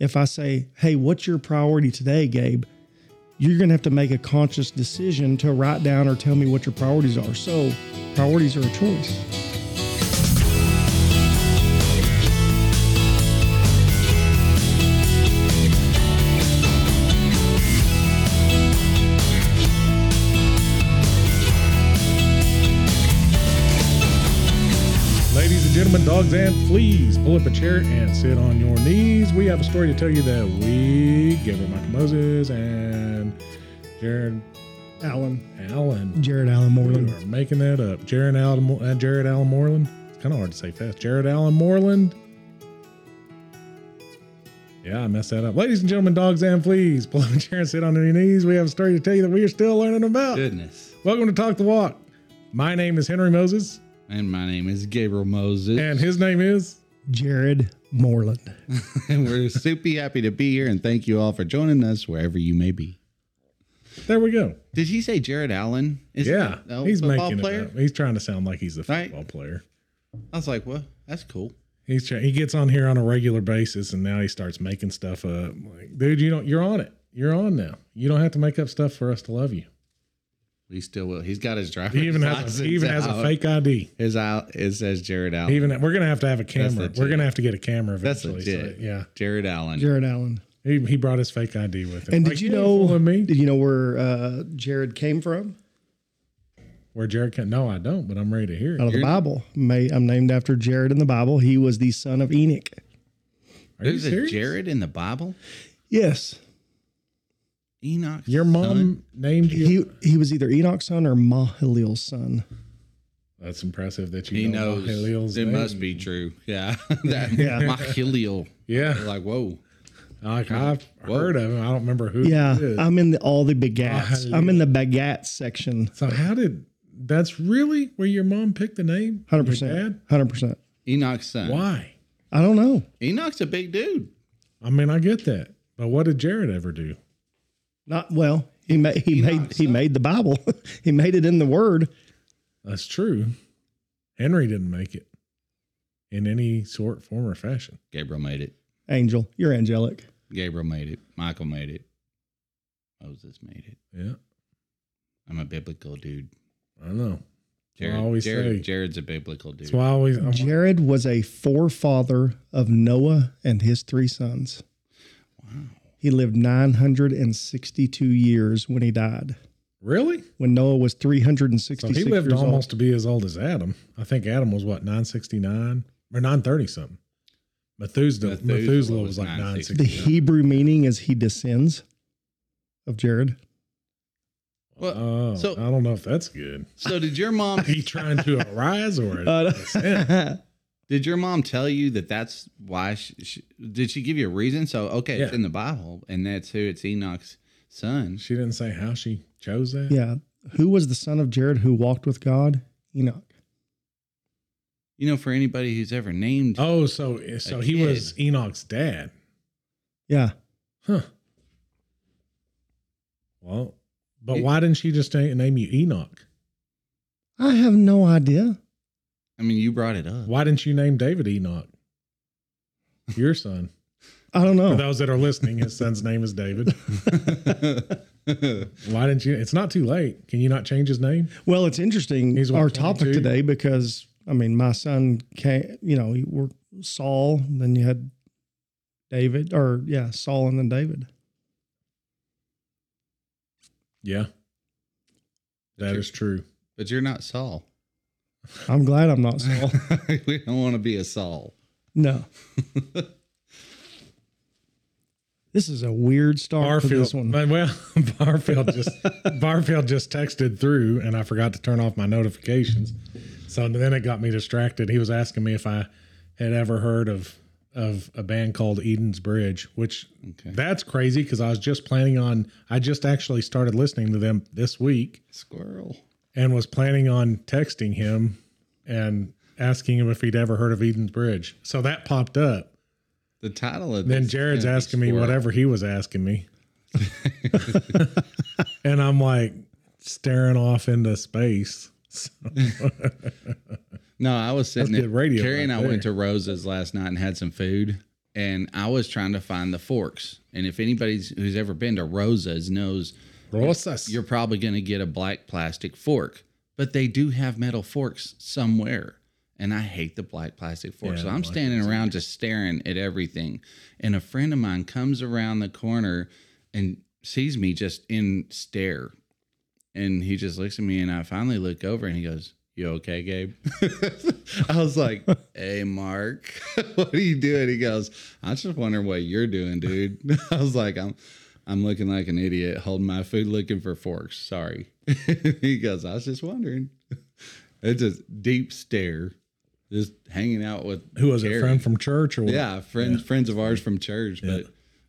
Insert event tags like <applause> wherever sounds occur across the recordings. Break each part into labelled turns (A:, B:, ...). A: If I say, hey, what's your priority today, Gabe? You're going to have to make a conscious decision to write down or tell me what your priorities are. So, priorities are a choice.
B: Ladies and gentlemen, dogs and fleas, pull up a chair and sit on your knees. We have a story to tell you that we, Gabriel Michael Moses and Jared
A: Alan,
B: Allen,
A: Jared Allen
B: we
A: Moreland.
B: are making that up. Jared Allen, Mo- uh, Jared Allen Moreland. It's kind of hard to say fast. Jared Allen Moreland. Yeah, I messed that up. Ladies and gentlemen, dogs and fleas, pull up a chair and sit on your knees. We have a story to tell you that we are still learning about.
C: Goodness.
B: Welcome to Talk the Walk. My name is Henry Moses,
C: And my name is Gabriel Moses.
B: and his name is.
A: Jared Moreland.
C: <laughs> And we're super happy to be here and thank you all for joining us wherever you may be.
B: There we go.
C: Did he say Jared Allen? Is
B: yeah,
C: that a
B: he's
C: football
B: making
C: player?
B: it up. He's trying to sound like he's a
C: Right.
B: football player.
C: I was like, well, that's cool.
B: He's try- he gets on here on a regular basis, and now he starts making stuff up. Like, dude, you don't. You're on it. You're on now. You don't have to make up stuff for us to love you.
C: He still will. He's got his driver's
B: He even has
C: license
B: a, he even has a
C: out.
B: fake ID.
C: His out. It says Jared Allen.
B: He even we're gonna have to have a camera. We're
C: legit.
B: gonna have to get a camera
C: that's
B: eventually. so,
C: legit.
B: yeah,
C: Jared Allen.
A: Jared Allen.
B: he, he brought his fake ID with him.
A: And
B: Like,
A: did you
B: ain't
A: know?
B: fooling me?
A: Did you know where uh, Jared came from?
B: Where Jared? Can, no, I don't. But I'm ready to hear it.
A: Out of the Bible. May, I'm named after Jared in the Bible. He was the son of Enoch.
B: Are you
C: There's a
B: serious?
C: Jared in the Bible.
A: Yes,
C: Enoch.
B: Your mom named you.
A: he he was either Enoch's son or Mahalil's son.
B: that's impressive that you.
C: He
B: know
C: knows.
B: Halil's
C: it
B: name.
C: must be true. Yeah. <laughs>
B: <laughs>
C: that,
A: Yeah.
C: My Helial.
B: Yeah.
C: Like, whoa.
B: Like I've
C: Whoa.
B: heard of him. I don't remember who.
A: Yeah, Um,
B: it is.
A: I'm in the, all the bagats. I'm in the baguettes section.
B: so how did? That's really where your mom picked the name. Your
A: Hundred percent.
B: dad?
A: Hundred percent.
C: Enoch's son.
B: Why?
A: I don't know.
C: Enoch's a big dude.
B: I mean, I get that, but what did Jared ever do?
A: Not well. He made he made he made the Bible. <laughs> he made it in the Word.
B: That's true. Henry didn't make it in any sort, form, or fashion.
C: Gabriel made it.
A: Angel, you're angelic.
C: Gabriel made it. Michael made it. Moses made it.
B: Yeah,
C: I'm a biblical dude.
B: I don't know.
C: Jared,
B: I always
C: Jared,
B: say.
C: Jared's a biblical dude.
B: That's why I always. I'm,
A: Jared was a forefather of Noah and his three sons. He lived 962 years when he died.
B: really?
A: When Noah was
B: So
A: 366
B: he lived
A: years
B: almost to be as old as Adam. I think Adam was what nine sixty nine or nine thirty something. Methuselah,
C: Methuselah
B: Methuselah,
C: was
B: was like nine
C: 960.
A: old. The
B: sixty.
A: Hebrew meaning is he descends of Jared.
C: Well,
B: Oh,
C: so-
B: I don't know if that's good.
C: so did
B: <laughs>
C: your mom?
B: Are you trying to arise or
A: Uh, <laughs>
C: did your mom tell you that that's why? She, she, did she give you a reason? So okay, it's
B: Yeah.
C: in the Bible, and that's who it's Enoch's son.
B: she didn't say how she chose that?
A: yeah. Who was the son of Jared who walked with God? Enoch.
C: You know, for anybody who's ever named,
B: Oh, so so
C: A
B: he
C: kid.
B: was Enoch's dad.
A: Yeah.
B: Huh. Well, but
C: It-
B: why didn't she just na- name you Enoch?
A: I have no idea.
C: I mean, you brought it up.
B: Why didn't you name David Enoch? Your son.
A: I don't
B: For
A: know.
B: those that are listening, his son's name is David. Why didn't you? It's not too late. Can you not change his name?
A: Well, it's interesting
B: He's what,
A: our topic
B: 22?
A: today because I mean, my son came. You know, you were Saul, and then you had David, or yeah, Saul, and then David.
B: Yeah. That is true.
C: <laughs> but you're not Saul.
A: I'm glad I'm not
B: <laughs>
A: Saul.
C: <laughs> we don't want to be a Saul.
A: no. this is a weird start for this
B: Barfield.
A: one.
B: Well, <laughs>
A: <laughs>
B: Barfield just Barfield just texted through, and I forgot to turn off my notifications, so then it got me distracted. He was asking me if I had ever heard of of a band called Eden's Bridge, which
C: Okay.
B: that's crazy because I was just planning on. I just actually started listening to them this week,
C: Squirrel.
B: and was planning on texting him and asking him if he'd ever heard of Eden's Bridge. So that popped up.
C: The title of
B: Then
C: this is
B: Jared's
C: gonna be
B: asking me
C: Squirrel.
B: whatever he was asking
C: <laughs>
B: me. and I'm like staring off into space.
C: No, I was sitting
B: That's
C: there.
B: good radio
C: Carrie and I
B: right
C: went
B: there.
C: to Rose's last night and had some food. and I was trying to find the forks. And if anybody's who's ever been to Rosa's knows,
B: Rosas.
C: you're probably going to get a black plastic fork, but they do have metal forks somewhere. And I hate the black plastic fork.
B: Yeah,
C: so
B: the
C: I'm
B: black
C: standing
B: plastic.
C: around just staring at everything. And a friend of mine comes around the corner and sees me just in stare. And he just looks at me and I finally look over and he goes, You okay, Gabe? <laughs> I was like, Hey, Mark, <laughs> what are you doing? He goes, I just wonder what you're doing, dude. <laughs> I was like, I'm I'm looking like an idiot holding my food looking for forks. Sorry. <laughs> he goes, I was just wondering. It's a deep stare. Just hanging out with
B: Who was
C: Gary.
B: it? Friend from church or what?
C: Yeah, friends friends of ours from church.
B: Yeah.
C: But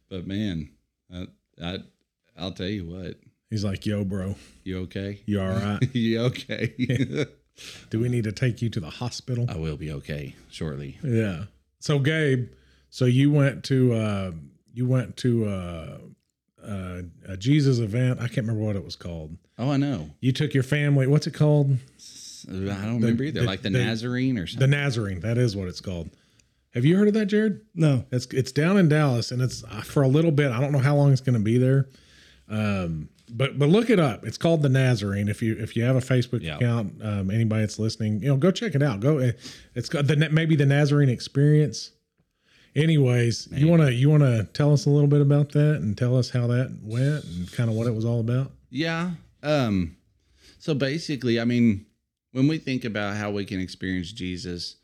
C: but man, I, I I'll tell you what.
B: He's like, yo, bro,
C: You okay? <laughs>
B: you all right? <laughs>
C: you okay? <laughs>
B: Do we need to take you to the hospital?
C: I will be okay shortly.
B: Yeah. So Gabe, so you went to uh you went to uh, uh a Jesus event. I can't remember what it was called.
C: Oh, I know.
B: You took your family. What's it called?
C: I don't remember either.
B: the-
C: like the,
B: the-
C: Nazarene or
B: The
C: something.
B: Nazarene. That is what it's called. Have you heard of that, Jared?
A: No.
B: It's it's down in Dallas, and it's uh, for a little bit. I don't know how long it's going to be there, um, but but look it up. It's called the Nazarene. If you if you have a Facebook
C: Yeah.
B: account, um, anybody that's listening, you know, go check it out. Go. uh, It's got the Na- maybe the Nazarene Experience. Anyways, you wanna you wanna tell us a little bit about that and tell us how that went and kind of what it was all about.
C: Yeah. Um. So basically, I mean, when we think about how we can experience Jesus,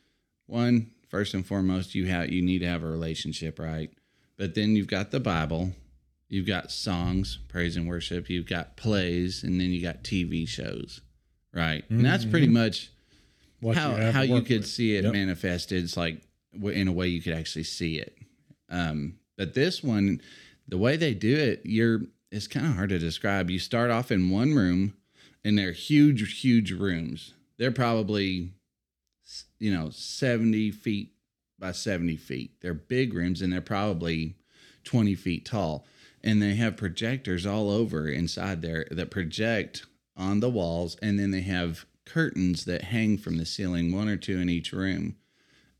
C: one first and foremost, you have you need to have a relationship, right? But then you've got the Bible, you've got songs, praise and worship, you've got plays, and then you got TV shows, right? And that's pretty much
B: What
C: how
B: have
C: how
B: to
C: you
B: work
C: could
B: with.
C: see it
B: Yep.
C: manifested. It's like w- in a way you could actually see it. Um, but this one, the way they do it, you're it's kind of hard to describe. You start off in one room, and they're huge, huge rooms. They're probably s- you know seventy feet by seventy feet. They're big rooms, and they're probably twenty feet tall. And they have projectors all over inside there that project on the walls, and then they have curtains that hang from the ceiling, one or two in each room.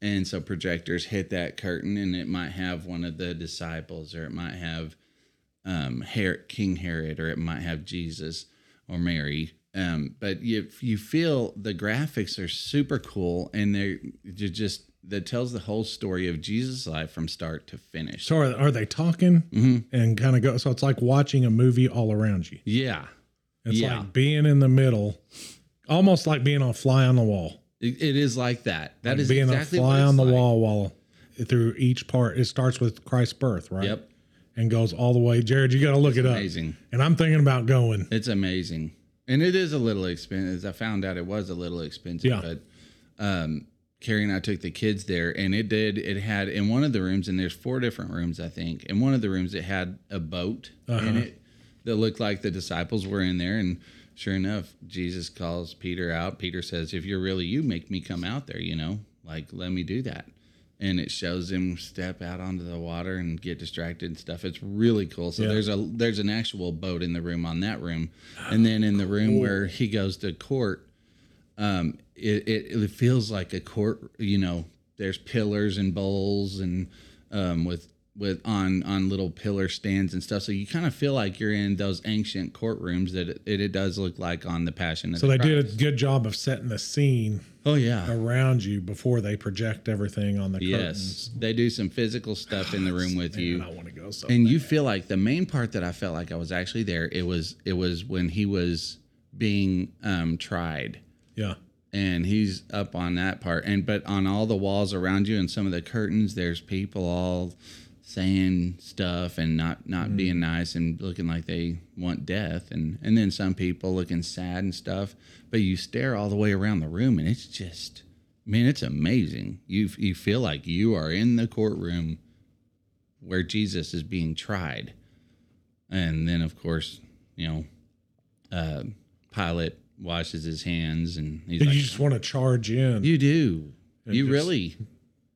C: And so projectors hit that curtain, and it might have one of the disciples, or it might have um, Her- King Herod, or it might have Jesus or Mary. Um, but you you feel the graphics are super cool, and they're you just that tells the whole story of Jesus' life from start to finish.
B: So are, are they talking
C: hmm
B: and kind of go? So it's like watching a movie all around you.
C: Yeah,
B: It's
C: Yeah.
B: like being in the middle, almost like being on fly on the wall.
C: it, it is like that. That
B: Like
C: is
B: being
C: exactly
B: a
C: what
B: fly
C: it's
B: on the
C: like.
B: wall while through each part. It starts with Christ's birth, right?
C: Yep,
B: And goes all the way. Jared, you got to look it up.
C: amazing.
B: And I'm thinking about going.
C: It's amazing. And it is a little expensive. I found out it was a little expensive,
B: Yeah.
C: but um Carrie and I took the kids there and it did it had in one of the rooms and there's four different rooms I think. In one of the rooms it had a boat in
B: Uh-huh.
C: it that looked like the disciples were in there and sure enough Jesus calls Peter out. Peter says, "If you're really you, make me come out there, you know? Like let me do that." And it shows him step out onto the water and get distracted and stuff. It's really cool. So
B: Yeah.
C: there's a there's an actual boat in the room on that room, and then in the room where he goes to court, um, it, it it feels like a court. You know, there's pillars and bowls and um, with with on on little pillar stands and stuff. So you kind of feel like you're in those ancient courtrooms that it, it, does look like on the Passion. Of
B: So
C: the
B: they did
C: Christ.
B: a good job of setting the scene
C: Oh yeah.
B: around you before they project everything on the curtains.
C: Yes, they do some physical stuff in the room with you.
B: And I want to go. So
C: and you feel like the main part that I felt like I was actually there. It was it was when he was being um, tried,
B: yeah,
C: and he's up on that part. And but on all the walls around you and some of the curtains, there's people all saying stuff and not not being nice and looking like they want death, and and then some people looking sad and stuff. But you stare all the way around the room, and it's just. Man, it's amazing. You you feel like you are in the courtroom where Jesus is being tried. And then, of course, you know, uh, Pilate washes his hands and he's
B: you
C: like,
B: just want to charge in,
C: You do. You
B: just-
C: really?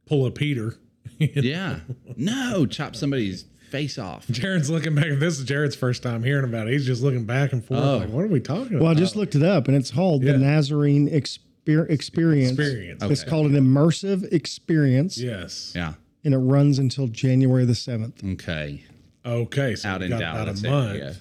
B: pull a Peter. <laughs>
C: Yeah. No, chop somebody's face off.
B: Jared's looking back. This is Jared's first time hearing about it. He's just looking back and forth,
C: Oh.
B: like, "What are we talking
A: Well, I
B: about?"
A: just looked it up and it's called
B: Yeah.
A: the Nazarene Exper- Experience.
B: Experience.
A: It's
C: Okay.
A: called an immersive experience.
B: Yes.
C: Yeah.
A: and it runs until January the 7th.
C: Okay.
B: Okay, so
C: Out
B: we
C: in
B: got about
C: Dallas
B: a month.
C: area.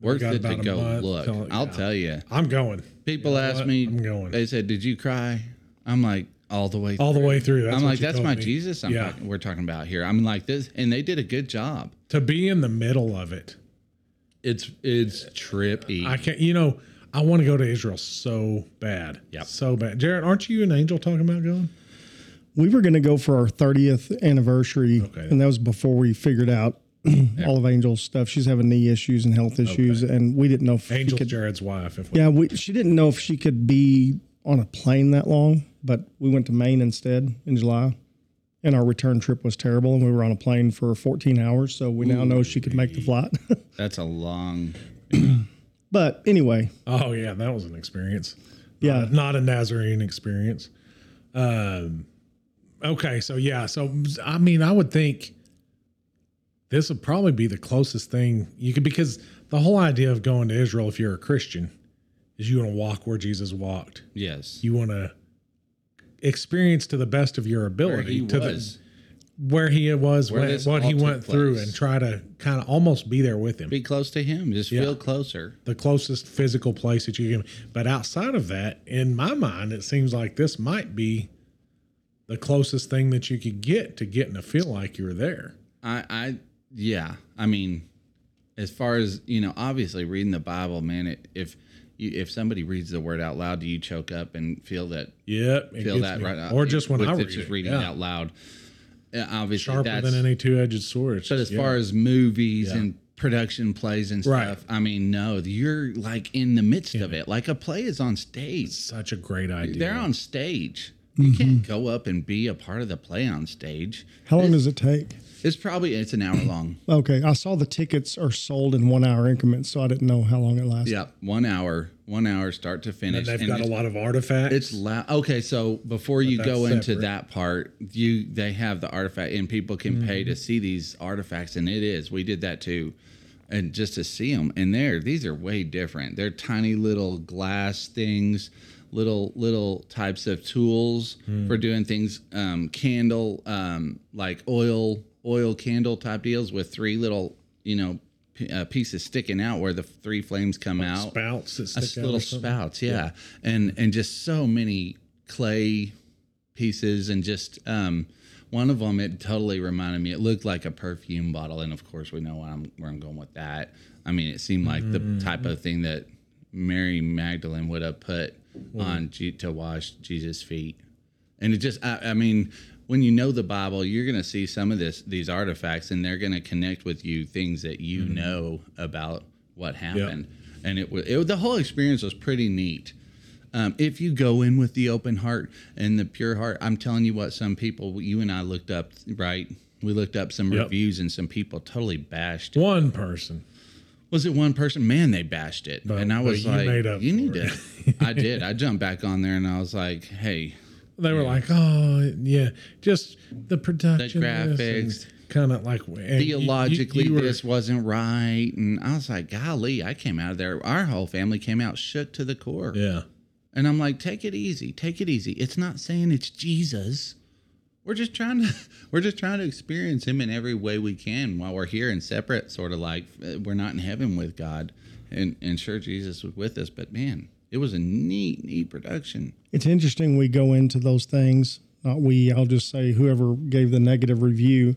C: Worth
B: got
C: it to
B: about a
C: go
B: month
C: look.
B: till-
C: I'll
B: yeah.
C: tell you.
B: I'm going
C: People
B: You know
C: ask
B: what?
C: me,
B: I'm going.
C: they said, Did you cry? I'm like, All the way
B: all the way through. That's
C: I'm
B: what
C: like,
B: you
C: That's
B: told
C: my
B: me.
C: Jesus I'm
B: Yeah.
C: talking, we're talking about here. I'm like, This, and they did a good job.
B: To be in the middle of it,
C: It's it's trippy.
B: I can't. You know, I want to go to Israel so bad.
C: Yep.
B: so bad. Jared, aren't you and Angel talking about going?
A: We were going to go for our 30th anniversary,
B: Okay.
A: and that was before we figured out <clears throat> all of Angel's stuff. She's having knee issues and health issues, and we didn't know if she
B: Angel's
A: could.
B: Jared's wife. If we,
A: Yeah, we, she didn't know if she could be on a plane that long, but we went to Maine instead in July. And our return trip was terrible, and we were on a plane for 14 hours. So we now know she could make the flight. <laughs>
C: That's a long.
A: but anyway,
B: Oh yeah, that was an experience.
A: Yeah.
B: Not- not a Nazarene experience. Um, okay, so yeah, so I mean, I would think this would probably be the closest thing you could because the whole idea of going to Israel, if you're a Christian, is you want to walk where Jesus walked.
C: Yes.
B: You want to experience to the best of your ability
C: Where he
B: to
C: was.
B: the where he was,
C: Where
B: what-
C: this
B: what
C: all
B: he
C: took
B: went through,
C: place.
B: and try to kind of almost be there with him
C: Be close to him. Just feel closer.
B: the closest physical place that you can. But outside of that, in my mind, it seems like this might be the closest thing that you could get to getting to feel like you're there.
C: I, I, yeah. I mean, as far as you know, obviously reading the Bible, man. It, if you, if somebody reads the word out loud, do you choke up and feel that
B: Yep, it
C: feel
B: gets
C: that
B: me.
C: right?
B: or just when
C: with
B: I
C: it
B: read
C: just
B: it,
C: reading
B: yeah.
C: it out loud. Uh, obviously,
B: sharper
C: that's.
B: than any two-edged sword. It's
C: but as
B: just-
C: far as movies and production plays and
B: Right.
C: stuff, I mean, no, you're like in the midst of it, like a play is on stage.
B: yeah, such a great idea.
C: They're on stage. You
B: Mm-hmm.
C: can't go up and be a part of the play on stage.
A: how long does it take?
C: It's probably it's an hour long.
A: Okay, I saw the tickets are sold in one hour increments, so I didn't know how long it lasted.
C: yeah, one hour, one hour start to
B: and
C: finish.
B: they've
C: and
B: got a
C: it's-
B: lot of artifacts.
C: It's loud. Okay, so before you
B: that's
C: go into
B: separate.
C: that part, you they have the artifact, and people can pay
B: Mm-hmm.
C: to see these artifacts, and it is. We did that too, and just to see them, and there, these are way different. They're tiny little glass things, little little types of tools
B: Hmm.
C: for doing things, um, candle, um, like oil oil candle type deals with three little, you know. p- Uh, pieces sticking out where the three flames come out
B: spouts that
C: a
B: stick out.
C: little
B: or something.
C: spouts, yeah. and and just so many clay pieces, and just um, one of them it totally reminded me. It looked like a perfume bottle, and of course we know where I'm where I'm going with that. I mean, it seemed like
B: Mm-hmm.
C: the type of thing that Mary Magdalene would have put on Je- to wash Jesus' feet, and it just I, I mean. When you know the Bible, you're going to see some of this these artifacts, and they're going to connect with you things that you
B: Mm-hmm.
C: know about what happened and it was it, the whole experience was pretty neat. Um, if you go in with the open heart and the pure heart, I'm telling you what, some people you and I looked up, right? We looked up some
B: Yep.
C: reviews and some people totally bashed. it.
B: One person.
C: Was it one person? Man, they bashed it, and I
B: but
C: was
B: you
C: like,
B: made up
C: "You need
B: for
C: to."
B: <laughs>
C: I did. I jumped back on there and I was like, "Hey,
B: They were like, "Oh, yeah, just the production,
C: graphics,
B: kind of like and you- you- you
C: theologically
B: were-
C: this wasn't right," and I was like, "Golly, I came out of there. Our whole family came out shook to the core."
B: yeah,
C: And I'm like, take it easy, take it easy. It's not saying it's Jesus. We're just trying to <laughs> we're just trying to experience him in every way we can while we're here and separate, sort of like uh, we're not in heaven with God. And and sure Jesus was with us, but man, it was a neat, neat production.
A: It's interesting we go into those things, not we, I'll just say whoever gave the negative review,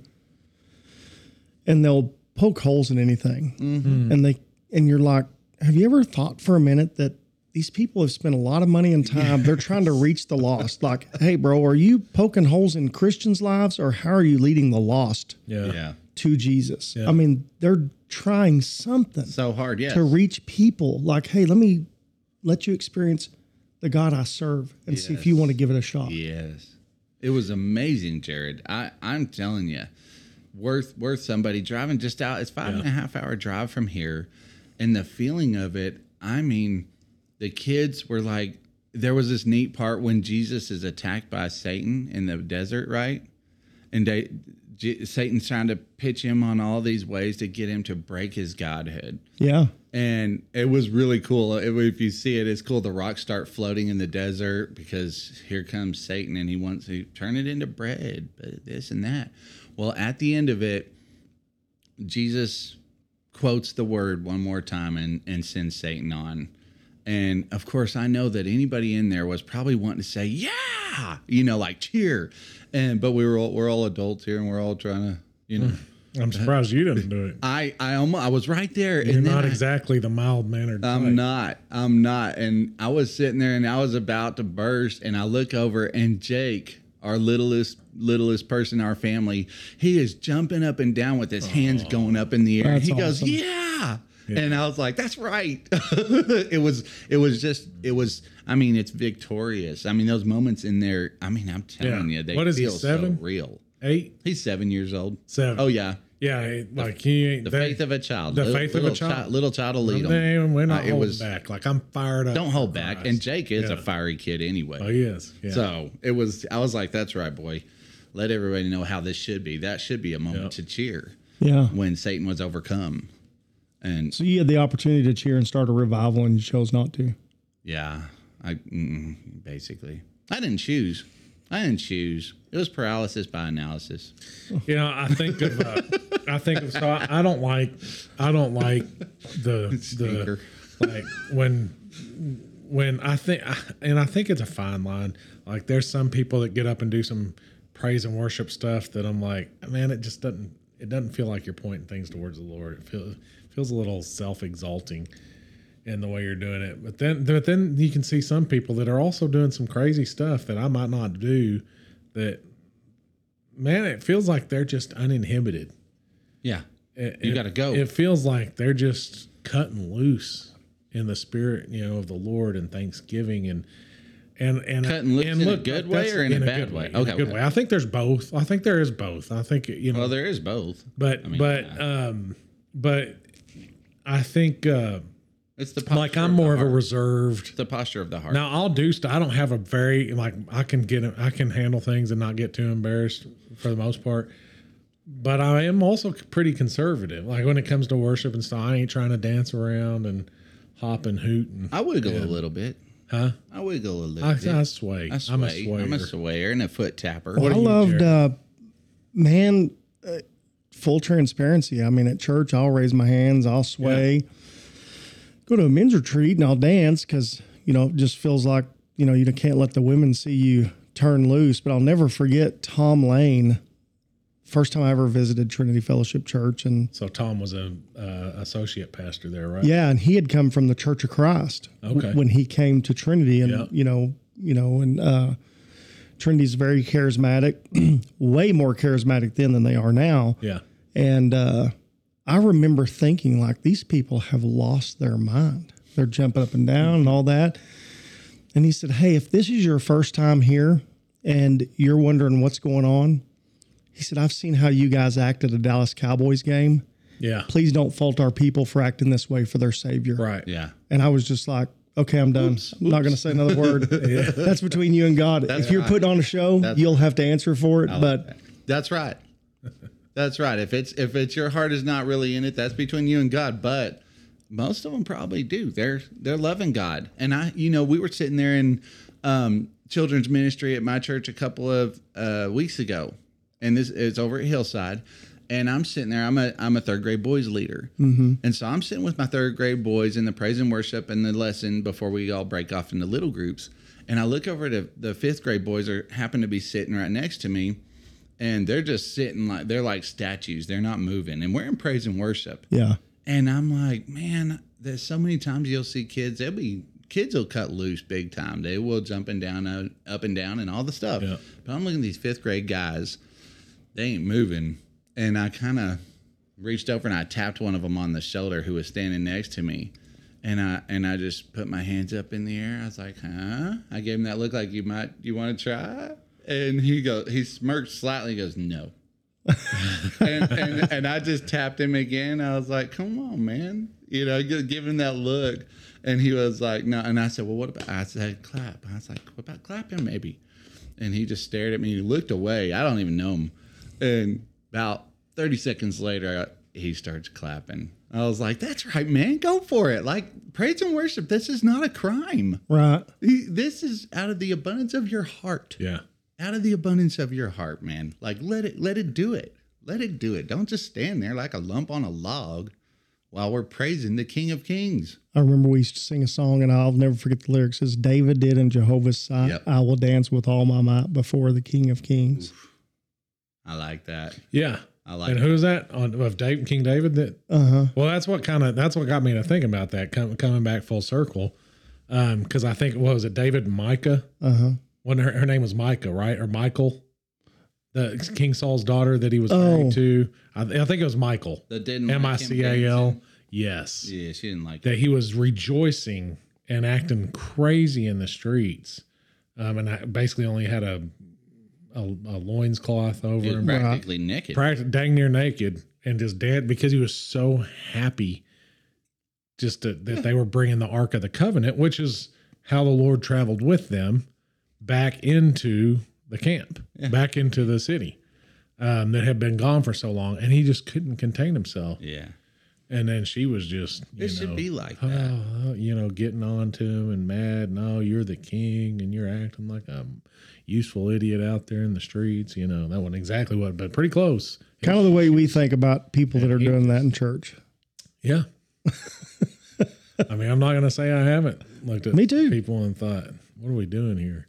A: and they'll poke holes in anything. And they and you're like, have you ever thought for a minute that these people have spent a lot of money and time. They're trying to reach the lost. Like, hey, bro, are you poking holes in Christians' lives or how are you leading the lost
B: yeah,
A: to Jesus? I mean, they're trying something
C: So hard, yes.
A: to reach people like hey let me let you experience the god i serve and see if you want to give it a shot
C: Yes. It was amazing, Jared. I, I'm telling you, worth worth somebody driving just out. It's five and a half hour drive from here. And the feeling of it, I mean, the kids were like, there was this neat part when Jesus is attacked by Satan in the desert, right? And they, J- Satan's trying to pitch him on all these ways to get him to break his godhood.
A: Yeah.
C: And it was really cool. Uh, It- if you see it, it's cool. The rocks start floating in the desert because here comes Satan and he wants to turn it into bread, but this and that. Well, at the end of it, Jesus quotes the word one more time and, and sends Satan on. And of course, I know that anybody in there was probably wanting to say, yeah, you know, like cheer. And, but we were all, we're all adults here and we're all trying to, you
B: Hmm.
C: know,
B: I'm surprised you didn't do it.
C: <laughs> I, I almost, I was right there.
B: You're
C: and then
B: not
C: I-
B: exactly the mild mannered.
C: I'm not. I'm not. And I was sitting there and I was about to burst and I look over and Jake, our littlest littlest person in our family, he is jumping up and down with his hands going up in the air. And
A: That's
C: he goes,
A: awesome.
C: "Yeah." And I was like, "That's right." <laughs> it was it was just it was I mean, it's victorious. I mean, those moments in there, I mean, I'm telling
B: Yeah.
C: you, they
B: What is he,
C: feel
B: seven?
C: so real.
B: Eight,
C: He's 7 years old.
B: seven.
C: Oh yeah.
B: yeah. it- Like he ain't
C: The
B: that-
C: faith of a child.
B: the faith of a child.
C: little child will lead 'em.
B: Damn, we're
C: Uh,
B: not
C: it
B: holding
C: was-
B: back. Like I'm fired up.
C: don't hold back. And Jake is
B: Yeah.
C: a fiery kid anyway.
B: Oh, he is. Yeah.
C: So it was. I was like, "That's right, boy. Let everybody know how this should be. That should be a moment
B: Yep.
C: to cheer
A: Yeah.
C: when Satan was overcome." And
A: So you had the opportunity to cheer and start a revival and you chose not to.
C: yeah, I mm, basically I didn't choose. I didn't choose. It was paralysis by analysis.
B: You know, I think of, uh, I think of, so I, I don't like, I don't like the, the,
C: Stinker.
B: like when, when I think, I, and I think it's a fine line. Like there's some people that get up and do some praise and worship stuff that I'm like, man, it just doesn't, it doesn't feel like you're pointing things towards the Lord. It feels, feels a little self exalting in the way you're doing it. But then, but then you can see some people that are also doing some crazy stuff that I might not do that, man, it feels like they're just uninhibited.
C: Yeah,
B: It-
C: You
B: it-
C: gotta go.
B: It feels like they're just cutting loose in the spirit, you know, of the Lord and Thanksgiving and and and
C: Cutting loose
B: and
C: in a good way
B: that's-
C: or in a bad
B: good
C: way?
B: in a
C: Okay,
B: good
C: okay.
B: way. I think there's both. I think there is both. I think you know,
C: well, there is both.
B: but
C: mean,
B: but um, but I think uh,
C: It's the posture
B: like I'm
C: of
B: more
C: the
B: of a
C: heart.
B: reserved
C: the posture of the heart.
B: now I'll do stuff. I don't have a very like I can get I can handle things and not get too embarrassed for the most part. But I am also pretty conservative. Like when it comes to worship and stuff, I ain't trying to dance around and hop and hoot and
C: I wiggle a little bit.
B: huh.
C: I wiggle a little
B: I,
C: bit.
B: I sway.
C: I sway.
B: I'm a swayer.
C: I'm a swayer and a foot tapper.
A: I
B: you,
A: loved,
B: Jerry?
A: uh, man, uh, full transparency. I mean, at church, I'll raise my hands, I'll sway, go to a men's retreat, and I'll dance because, you know, it just feels like, you know, you can't let the women see you turn loose. But I'll never forget Tom Lane, first time I ever visited Trinity Fellowship Church. And
B: so Tom was a uh, associate pastor there, right?
A: yeah, and he had come from the Church of Christ w-
B: Okay.
A: when he came to Trinity, and
B: Yeah.
A: you know, you know, and uh, Trinity's very charismatic, <clears throat> way more charismatic then than they are now.
B: Yeah.
A: And uh, I remember thinking like these people have lost their mind. They're jumping up and down and all that. And he said, "Hey, if this is your first time here and you're wondering what's going on," he said, "I've seen how you guys act at a Dallas Cowboys game."
B: Yeah.
A: please don't fault our people for acting this way for their savior.
B: Right.
C: Yeah.
A: And I was just like, okay, I'm done. I'm not going to say another word. That's between you and God. if you're putting on a show, you'll have to answer for it. but
C: That's right. That's right. If it's if it's your heart is not really in it, that's between you and God. But most of them probably do. They're they're loving God. And I, you know, we were sitting there in um, children's ministry at my church a couple of uh, weeks ago, and this is over at Hillside. And I'm sitting there. I'm a I'm a third grade boys leader, and so I'm sitting with my third grade boys in the praise and worship and the lesson before we all break off into little groups. And I look over to the fifth grade boys are happen to be sitting right next to me, and they're just sitting like they're like statues. They're not moving, and we're in praise and worship.
A: yeah,
C: And I'm like, man, there's so many times you'll see kids. They'll be kids will cut loose big time. They will jump and down, uh, up and down, and all the stuff.
B: Yeah.
C: But I'm looking at these fifth grade guys. They ain't moving, and I kind of reached over and I tapped one of them on the shoulder who was standing next to me. And I and I just put my hands up in the air. I was like, "Huh?" I gave him that look like you might you want to try. And he goes, he smirked slightly. He goes, "No." and, and and I just tapped him again. I was like, "Come on, man!" You know, gi- give him that look. And he was like, "No." And I said, "Well, what about?" I said, "Clap." I was like, "What about clapping, maybe?" And he just stared at me. He looked away. I don't even know him. And About 30 seconds later, he starts clapping. I was like, that's right, man. Go for it. Like, praise and worship. This is not a crime.
A: Right.
C: This is out of the abundance of your heart.
B: Yeah.
C: Out of the abundance of your heart, man. Like, let it, let it do it. Let it do it. Don't just stand there like a lump on a log while we're praising the King of Kings.
A: I remember we used to sing a song, and I'll never forget the lyrics. As David did in Jehovah's sight,
C: Yep.
A: I will dance with all my might before the King of Kings.
C: I like that.
B: Yeah.
C: I like
B: and who's that on of Dave, King David? That
A: Uh huh.
B: well, that's what kind of that's what got me to think about that com- coming back full circle, because I think what was it David and Micah?
A: Uh huh.
B: When her, her name was Micah, right, or Michael, the King Saul's daughter that he was
A: Oh.
B: married to. I, th- I think it was Michael.
C: The didn't like
B: M
C: him
B: I C A L.
C: dancing.
B: Yes.
C: Yeah, she didn't like
B: that he was rejoicing and acting crazy in the streets, um, and I basically only had a a, a loinscloth over
C: He was
B: him,
C: practically naked.
B: practically dang near naked, and just danced because he was so happy, just to, that they were bringing the Ark of the Covenant, which is how the Lord traveled with them back into the camp, back into the city. Um, that had been gone for so long, and he just couldn't contain himself.
C: yeah.
B: And then she was just, you
C: It should
B: know,
C: be like
B: Oh,
C: that.
B: oh, you know, getting on to him and mad. No, you're the king, and you're acting like a useful idiot out there in the streets. You know, that wasn't exactly what, but pretty close.
A: Kind of the way we think about people that are
B: he
A: doing that in church.
B: Yeah. I mean, I'm not gonna say I haven't looked at
A: Me too.
B: people and thought, what are we doing here?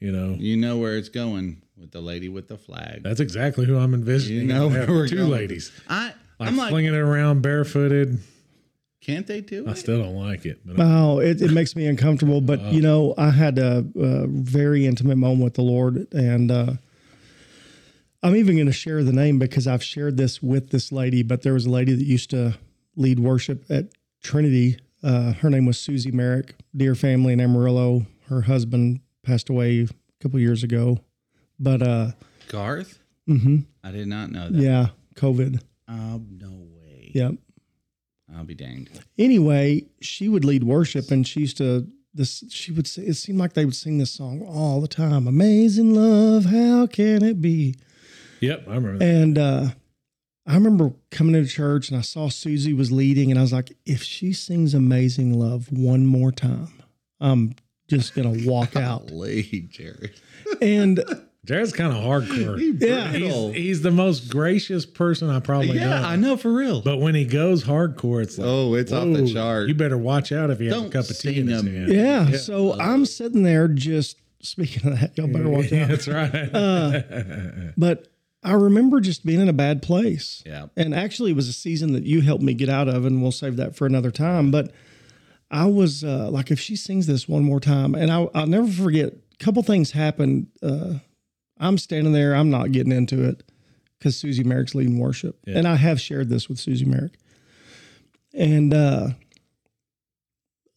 B: You know,
C: You know where it's going with the lady with the flag.
B: that's exactly who I'm envisioning.
C: You know
B: I
C: where
B: have
C: we're
B: two
C: going.
B: ladies.
C: I
B: Like,
C: I'm like,
B: flinging it around barefooted.
C: can't they do
B: I
C: it?
B: still don't like it, but
A: Oh, it, it makes me uncomfortable. But you know, I had a, a very intimate moment with the Lord, and uh, I'm even going to share the name because I've shared this with this lady. But there was a lady that used to lead worship at Trinity. Uh, her name was Susie Merrick. Dear family in Amarillo. Her husband passed away a couple years ago, but uh,
C: Garth?
A: mhm,
C: I did not know that.
A: yeah, COVID.
C: Oh no way.
A: Yep.
C: I'll be danged.
A: anyway, she would lead worship and she used to this she would say it seemed like they would sing this song all the time. Amazing love, how can it be?
B: yep, I remember. That.
A: And uh I remember coming into church and I saw Susie was leading and I was like, if she sings Amazing Love one more time, I'm just gonna walk out.
C: <laughs> Golly, Jared.
A: And
B: Jared's kind of hardcore.
A: Yeah.
C: brittle.
B: He's, oh he's the most gracious person I probably
C: yeah,
B: know.
C: I know for real.
B: But when he goes hardcore, it's like,
C: Oh, it's off the
B: whoa,
C: chart.
B: You better watch out if you have a
C: Don't
B: cup of tea in
C: sing
B: his
C: 'em.
B: hand.
A: yeah, so I'm sitting there just speaking of that, y'all better watch out.
B: That's right.
C: Uh,
A: But I remember just being in a bad place.
C: yeah.
A: and actually it was a season that you helped me get out of and we'll save that for another time but i was uh, like if she sings this one more time and I, i'll never forget a couple things happened uh, i'm standing there i'm not getting into it because susie merrick's leading worship and i have shared this with susie merrick and uh,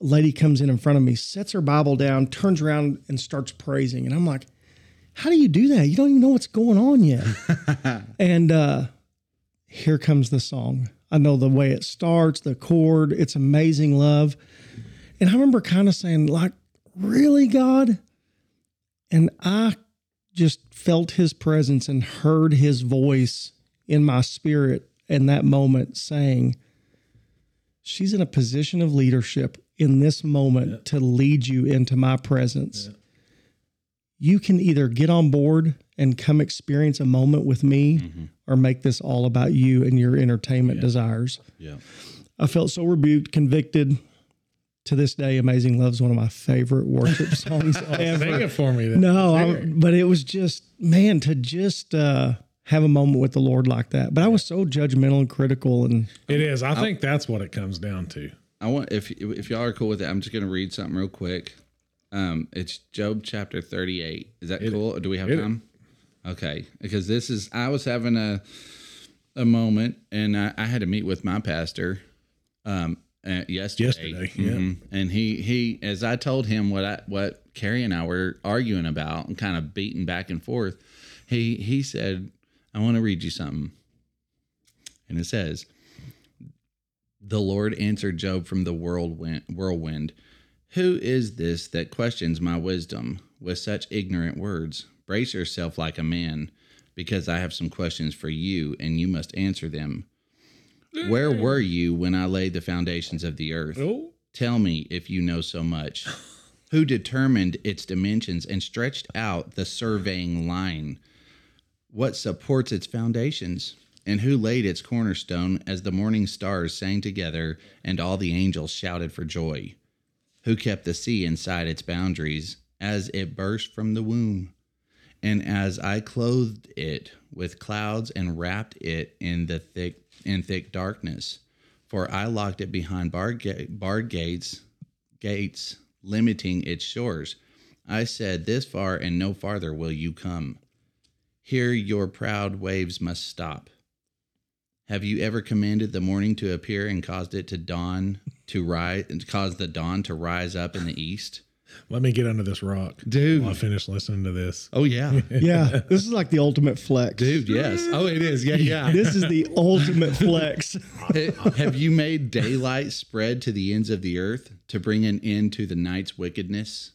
A: a lady comes in in front of me sets her bible down turns around and starts praising and i'm like how do you do that you don't even know what's going on yet and uh, here comes the song. I know the way it starts, the chord, it's amazing love. And I remember kind of saying, like, really, God? And I just felt his presence and heard his voice in my spirit in that moment saying, She's in a position of leadership in this moment to lead you into my presence. You can either get on board and come experience a moment with me or make this all about you and your entertainment desires.
C: Yeah.
A: I felt so rebuked, convicted. To this day, Amazing Love is one of my favorite worship songs ever.
B: Sing it for me then.
A: No, I, but it was just, man, to just uh, have a moment with the Lord like that. But I was so judgmental and critical. And
B: It is. I think that's what it comes down to.
C: I want if if y'all are cool with it, I'm just gonna read something real quick. Um, it's Job chapter 38. Is that cool? Or do we have time? Okay, because this is I was having a a moment, and I, I had to meet with my pastor, um, uh, yesterday.
B: Yesterday, yeah.
C: Mhm. And he he as I told him what I what Carrie and I were arguing about and kind of beating back and forth, he he said, "I want to read you something," and it says. The Lord answered Job from the whirlwind, whirlwind Who is this that questions my wisdom with such ignorant words? Brace yourself like a man. because I have some questions for you and you must answer them. Where were you when I laid the foundations of the earth?
B: Oh,
C: Tell me if you know so much. Who determined its dimensions and stretched out the surveying line? What supports its foundations? And who laid its cornerstone as the morning stars sang together and all the angels shouted for joy? Who kept the sea inside its boundaries as it burst from the womb? And as I clothed it with clouds and wrapped it in the thick in thick darkness, for I locked it behind barred, ga- barred gates, gates limiting its shores. I said, "This far and no farther will you come. Here your proud waves must stop." Have you ever commanded the morning to appear and caused it to dawn to rise and caused the dawn to rise up in the east?
B: let me get under this rock.
C: Dude.
B: While I finish listening to this.
C: Oh yeah.
A: Yeah, this is like the ultimate flex.
C: Dude, yes. <laughs> Oh, it is. Yeah, yeah.
A: This is the ultimate flex.
C: <laughs> Have you made daylight spread to the ends of the earth to bring an end to the night's wickedness?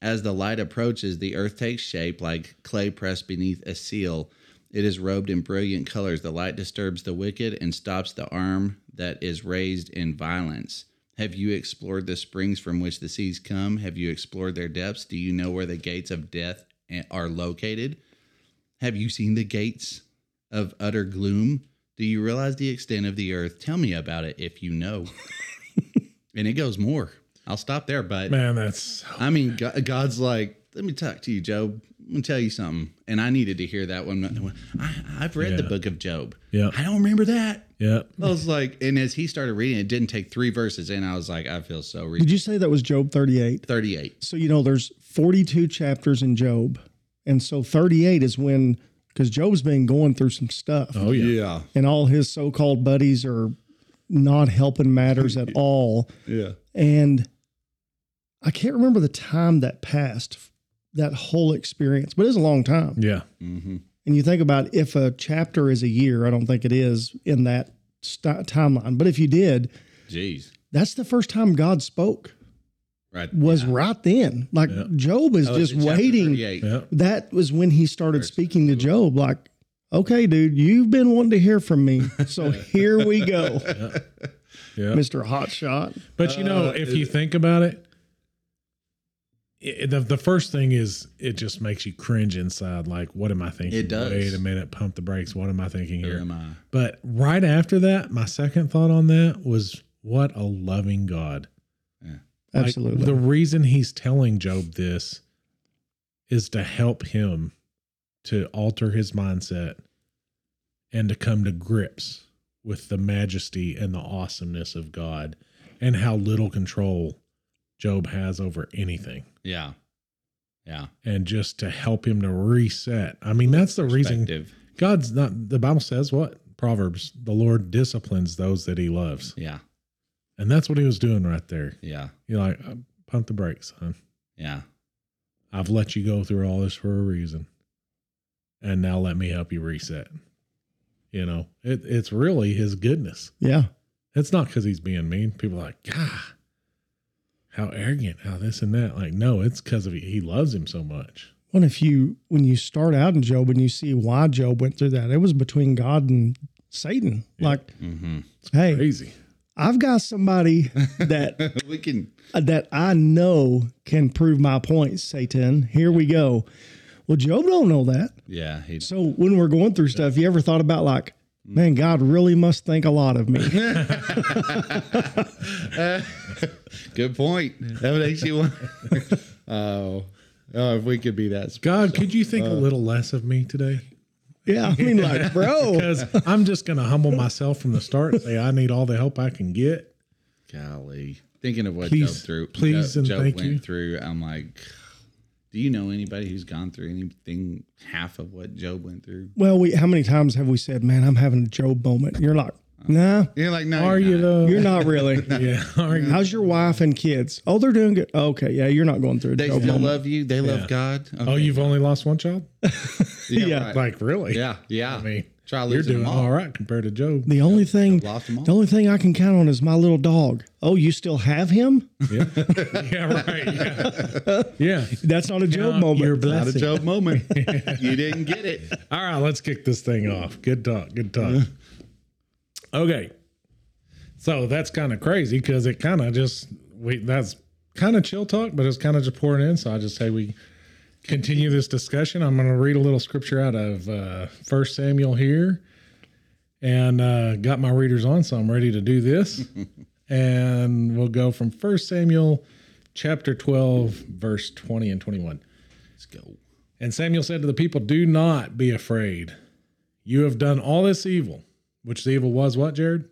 C: As the light approaches, the earth takes shape like clay pressed beneath a seal. It is robed in brilliant colors. The light disturbs the wicked and stops the arm that is raised in violence. Have you explored the springs from which the seas come? Have you explored their depths? Do you know where the gates of death are located? Have you seen the gates of utter gloom? Do you realize the extent of the earth? Tell me about it if you know. and it goes more. I'll stop there, but
B: Man, that's
C: I mean, Go- God's like, let me talk to you, Job. Let me tell you something. And I needed to hear that one. I, I've read the
B: Yeah.
C: book of Job.
B: Yeah.
C: I don't remember that.
B: yeah.
C: I was like, and as he started reading, it didn't take three verses in. I was like, I feel so re
A: Did you say that was Job 38?
C: 38.
A: So, you know, there's 42 chapters in Job. And so 38 is when, because Job's been going through some stuff.
B: Oh yeah.
A: and all his so-called buddies are not helping matters at all.
C: Yeah.
A: And I can't remember the time that passed that whole experience, but it's a long time.
B: Yeah.
C: hmm
A: And you think about if a chapter is a year, I don't think it is in that st- timeline. But if you did,
C: Jeez.
A: that's the first time God spoke
C: Right.
A: was right then. Like
B: Yeah.
A: Job is
C: Oh, it's
A: just
C: in chapter
A: waiting
C: 38.
B: Yeah.
A: that was when he started speaking to Job, like, okay, dude, you've been wanting to hear from me. So here we
C: <laughs>
A: go,
B: Yeah.
A: Mr. Hotshot.
B: But you know, if
C: uh,
B: you think about it, it, the the first thing is it just makes you cringe inside. Like, what am I thinking?
C: It does.
B: Wait a minute, pump the brakes. What am I thinking
C: Who
B: here?
C: am I?
B: But right after that, my second thought on that was, what a loving God. Like,
A: Absolutely.
B: the reason he's telling Job this is to help him to alter his mindset and to come to grips with the majesty and the awesomeness of God and how little control Job has over anything.
C: Yeah. Yeah.
B: And just to help him to reset. I mean, that's the reason
C: Perspective.
B: God's not, the Bible says what? Proverbs, the Lord disciplines those that he loves.
C: Yeah.
B: And that's what he was doing right there.
C: Yeah.
B: You're like, "Oh, pump the brakes, son.
C: Yeah.
B: I've let you go through all this for a reason. And now let me help you reset. You know, it, it's really his goodness.
A: yeah.
B: It's not because he's being mean. People are like, God, how arrogant, how this and that. Like, no, it's because of he loves him so much.
A: Well, if you, when you start out in Job and you see why Job went through that, it was between God and Satan. Like,
C: hmm
A: hey,
B: Crazy.
A: I've got somebody that
C: <laughs> we can.
A: that I know can prove my point, Satan. Here we go. Well, Job don't know that.
C: Yeah. He,
A: So when we're going through stuff, you ever thought about like, man, God really must think a lot of me.
C: good point. That would actually one.
B: <laughs>
C: oh. Oh, if we could be that. sp-
B: God, could you
D: uh,
B: think a little less of me today?
A: Yeah, I mean, like, bro,
B: Because I'm just going to humble myself from the start and say, I need all the help I can get.
C: Golly. Thinking of what
B: Please-
C: Job through,
B: please
C: Job,
B: and
C: Job
B: thank
C: went
B: you.
C: through, I'm like, do you know anybody who's gone through anything half of what Job went through?
A: well, we how many times have we said, man, I'm having a Job moment? You're like, nah,
C: You're like, no,
B: Are
C: you're
B: you
C: not.
B: though?
A: you're not really.
B: yeah. Are
D: <laughs>
B: you?
A: How's your wife and kids? Oh, they're doing good. Okay, yeah, you're not going through a
C: They
A: Job
C: still
A: moment.
C: love you. They love God.
B: Oh,
C: Okay.
B: you've only lost one child?
C: yeah,
A: yeah.
C: right.
B: Like, really?
C: yeah, yeah.
B: I mean,
D: Try
B: You're
D: losing
B: doing
D: them all.
B: all right compared to Job.
A: The only thing,
D: lost them all.
A: the only thing I can count on is my little dog. Oh, you still have him?
B: Yeah, <laughs> yeah right. Yeah, yeah.
A: That's not a joke
B: Count
D: Not
A: moment.
B: Your
D: a
B: blessing. <laughs>
D: Job moment.
C: you didn't get it.
B: All right, let's kick this thing off. Good talk. Good talk. okay. So that's kind of crazy because it kind of just we that's kind of chill talk, but it's kind of just pouring in. So I just say we continue this discussion. I'm going to read a little scripture out of uh, First Samuel here, and uh, got my readers on, so I'm ready to do this. and we'll go from First Samuel chapter 12, verse 20 and 21.
C: Let's go.
B: And Samuel said to the people, Do not be afraid. You have done all this evil, which the evil was what, Jared?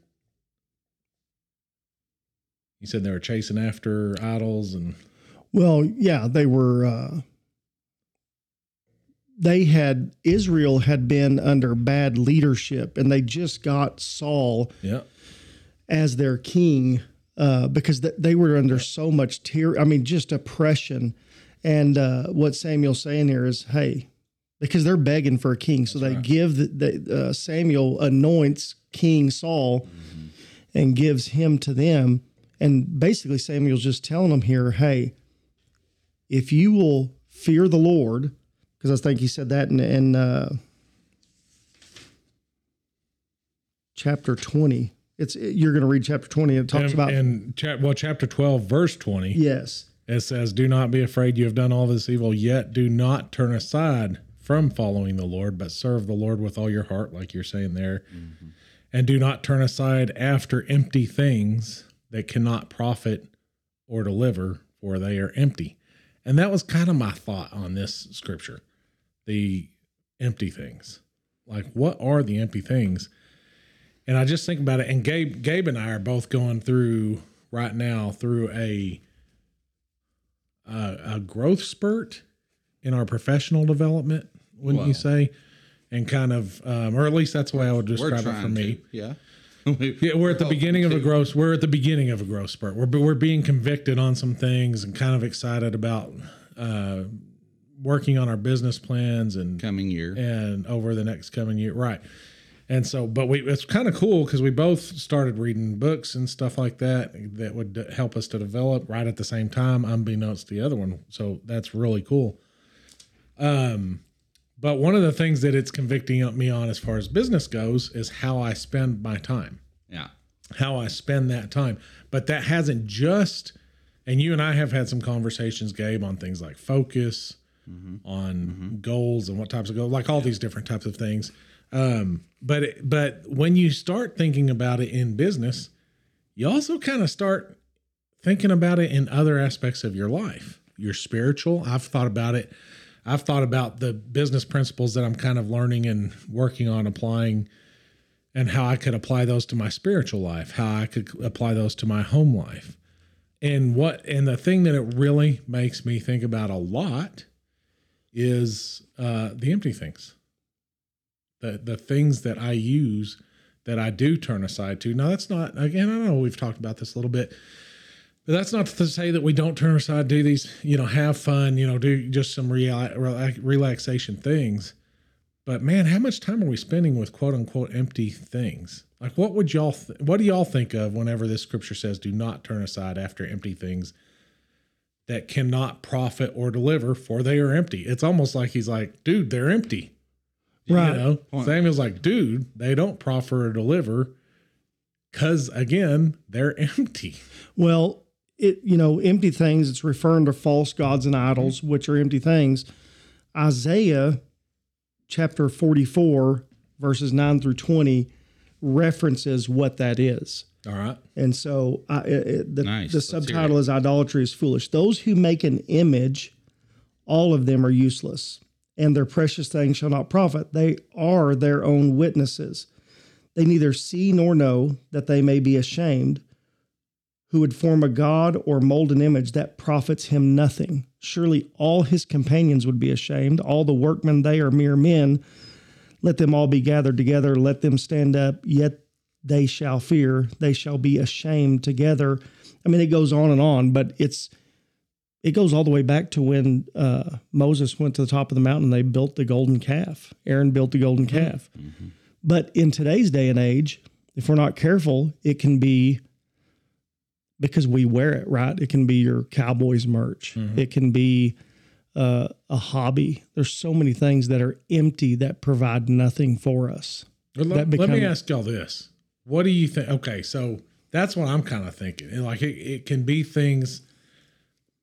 B: You said they were chasing after idols and
A: Well, yeah, they were. Uh, they had Israel had been under bad leadership, and they just got Saul
B: yeah,
A: as their king uh, because th- they were under so much tyranny. I mean, just oppression. And uh, what Samuel's saying here is, hey, because they're begging for a king, so they give the, the uh, Samuel anoints King Saul
B: Mm-hmm.
A: and gives him to them. And basically, Samuel's just telling them here, hey, if you will fear the Lord, because I think he said that in, in uh, chapter 20. It's You're going to read chapter 20. It talks
B: and,
A: about,
B: and chap, well, chapter twelve, verse twenty,
A: yes,
B: it says, "Do not be afraid. You have done all this evil, yet do not turn aside from following the Lord, but serve the Lord with all your heart, like you're saying there, and do not turn aside after empty things that cannot profit." or deliver, for they are empty. And that was kind of my thought on this scripture the empty things. Like, what are the empty things? And I just think about it. And Gabe, Gabe and I are both going through right now through a a, a growth spurt in our professional development, wouldn't
C: Wow.
B: you say? And kind of, um, or at least that's the way I would describe it for
C: trying
B: me.
C: to, Yeah.
B: Yeah, we're at the
C: Oh,
B: beginning of a
C: okay.
B: gross. We're at the beginning of a growth spurt. We're we're being convicted on some things and kind of excited about uh, working on our business plans and
C: coming year.
B: and over the next coming year, right? And so, but we it's kind of cool because we both started reading books and stuff like that that would d- help us to develop right at the same time, unbeknownst to the other one. So that's really cool. Um, but one of the things that it's convicting me on as far as business goes is how I spend my time
C: Yeah.
B: how I spend that time. But that hasn't just, and you and I have had some conversations, Gabe, on things like focus, on goals and what types of goals, like all these different types of things. Um, but it, but when you start thinking about it in business, you also kind of start thinking about it in other aspects of your life. Your spiritual. I've thought about it. I've thought about the business principles that I'm kind of learning and working on applying and how I could apply those to my spiritual life, how I could apply those to my home life. And what and the thing that it really makes me think about a lot is uh, the empty things. The the things that I use that I do turn aside to. Now that's not again, I know we've talked about this a little bit. But that's not to say that we don't turn aside, do these, you know, have fun, you know, do just some rela- rela- relaxation things. But man, how much time are we spending with quote unquote empty things? Like, what would y'all, th- what do y'all think of whenever this scripture says, do not turn aside after empty things that cannot profit or deliver, for they are empty? It's almost like he's like, dude, they're empty.
A: Right.
B: You know,
C: Point.
B: Samuel's like, dude, they don't profit or deliver because, again, they're <laughs> empty.
A: Well, it you know, empty things, it's referring to false gods and idols, which are empty things. Isaiah chapter 44, verses 9 through 20, references what that is.
B: All right.
A: And so I, it, it- the,
C: Nice.
A: the
C: Let's hear it.
A: subtitle is Idolatry is Foolish. Those who make an image, all of them are useless, and their precious things shall not profit. They are their own witnesses. They neither see nor know that they may be ashamed. Who would form a god or mold an image that profits him nothing? Surely all his companions would be ashamed. All the workmen, they are mere men. Let them all be gathered together. Let them stand up. Yet they shall fear, they shall be ashamed together. I mean, it goes on and on, but it's it goes all the way back to when uh, Moses went to the top of the mountain. They built the golden calf. Aaron built the golden calf. But in today's day and age, if we're not careful, it can be because we wear it, right? It can be your Cowboys merch. It can be uh, a hobby. There's so many things that are empty that provide nothing for us.
B: But let,
A: That
B: let me
A: become-
B: ask y'all this. What do you think? Okay, so that's what I'm kind of thinking. And like it, it can be things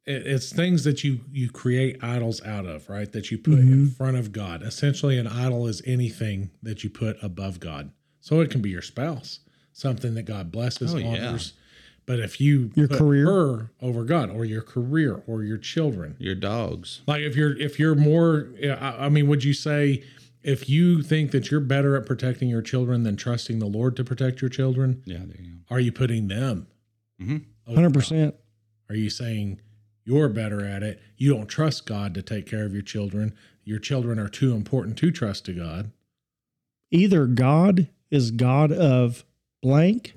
B: it- it's things that you you create idols out of, right? That you put
A: Mm-hmm.
B: in front of God. Essentially an idol is anything that you put above God. So it can be your spouse, something that God blesses,
C: Oh, yeah.
B: honors. But if you
A: Your
B: put
A: career.
B: her over God or your career or your children,
C: Your dogs.
B: like if you're if you're more, yeah, I, I mean, would you say if you think that you're better at protecting your children than trusting the Lord to protect your children,
C: Yeah, there you
B: are you putting them?
C: go. hmm
B: over
A: Hundred percent.
B: God? Are you saying you're better at it? You don't trust God to take care of your children. Your children are too important to trust to God.
A: Either God is God of blank,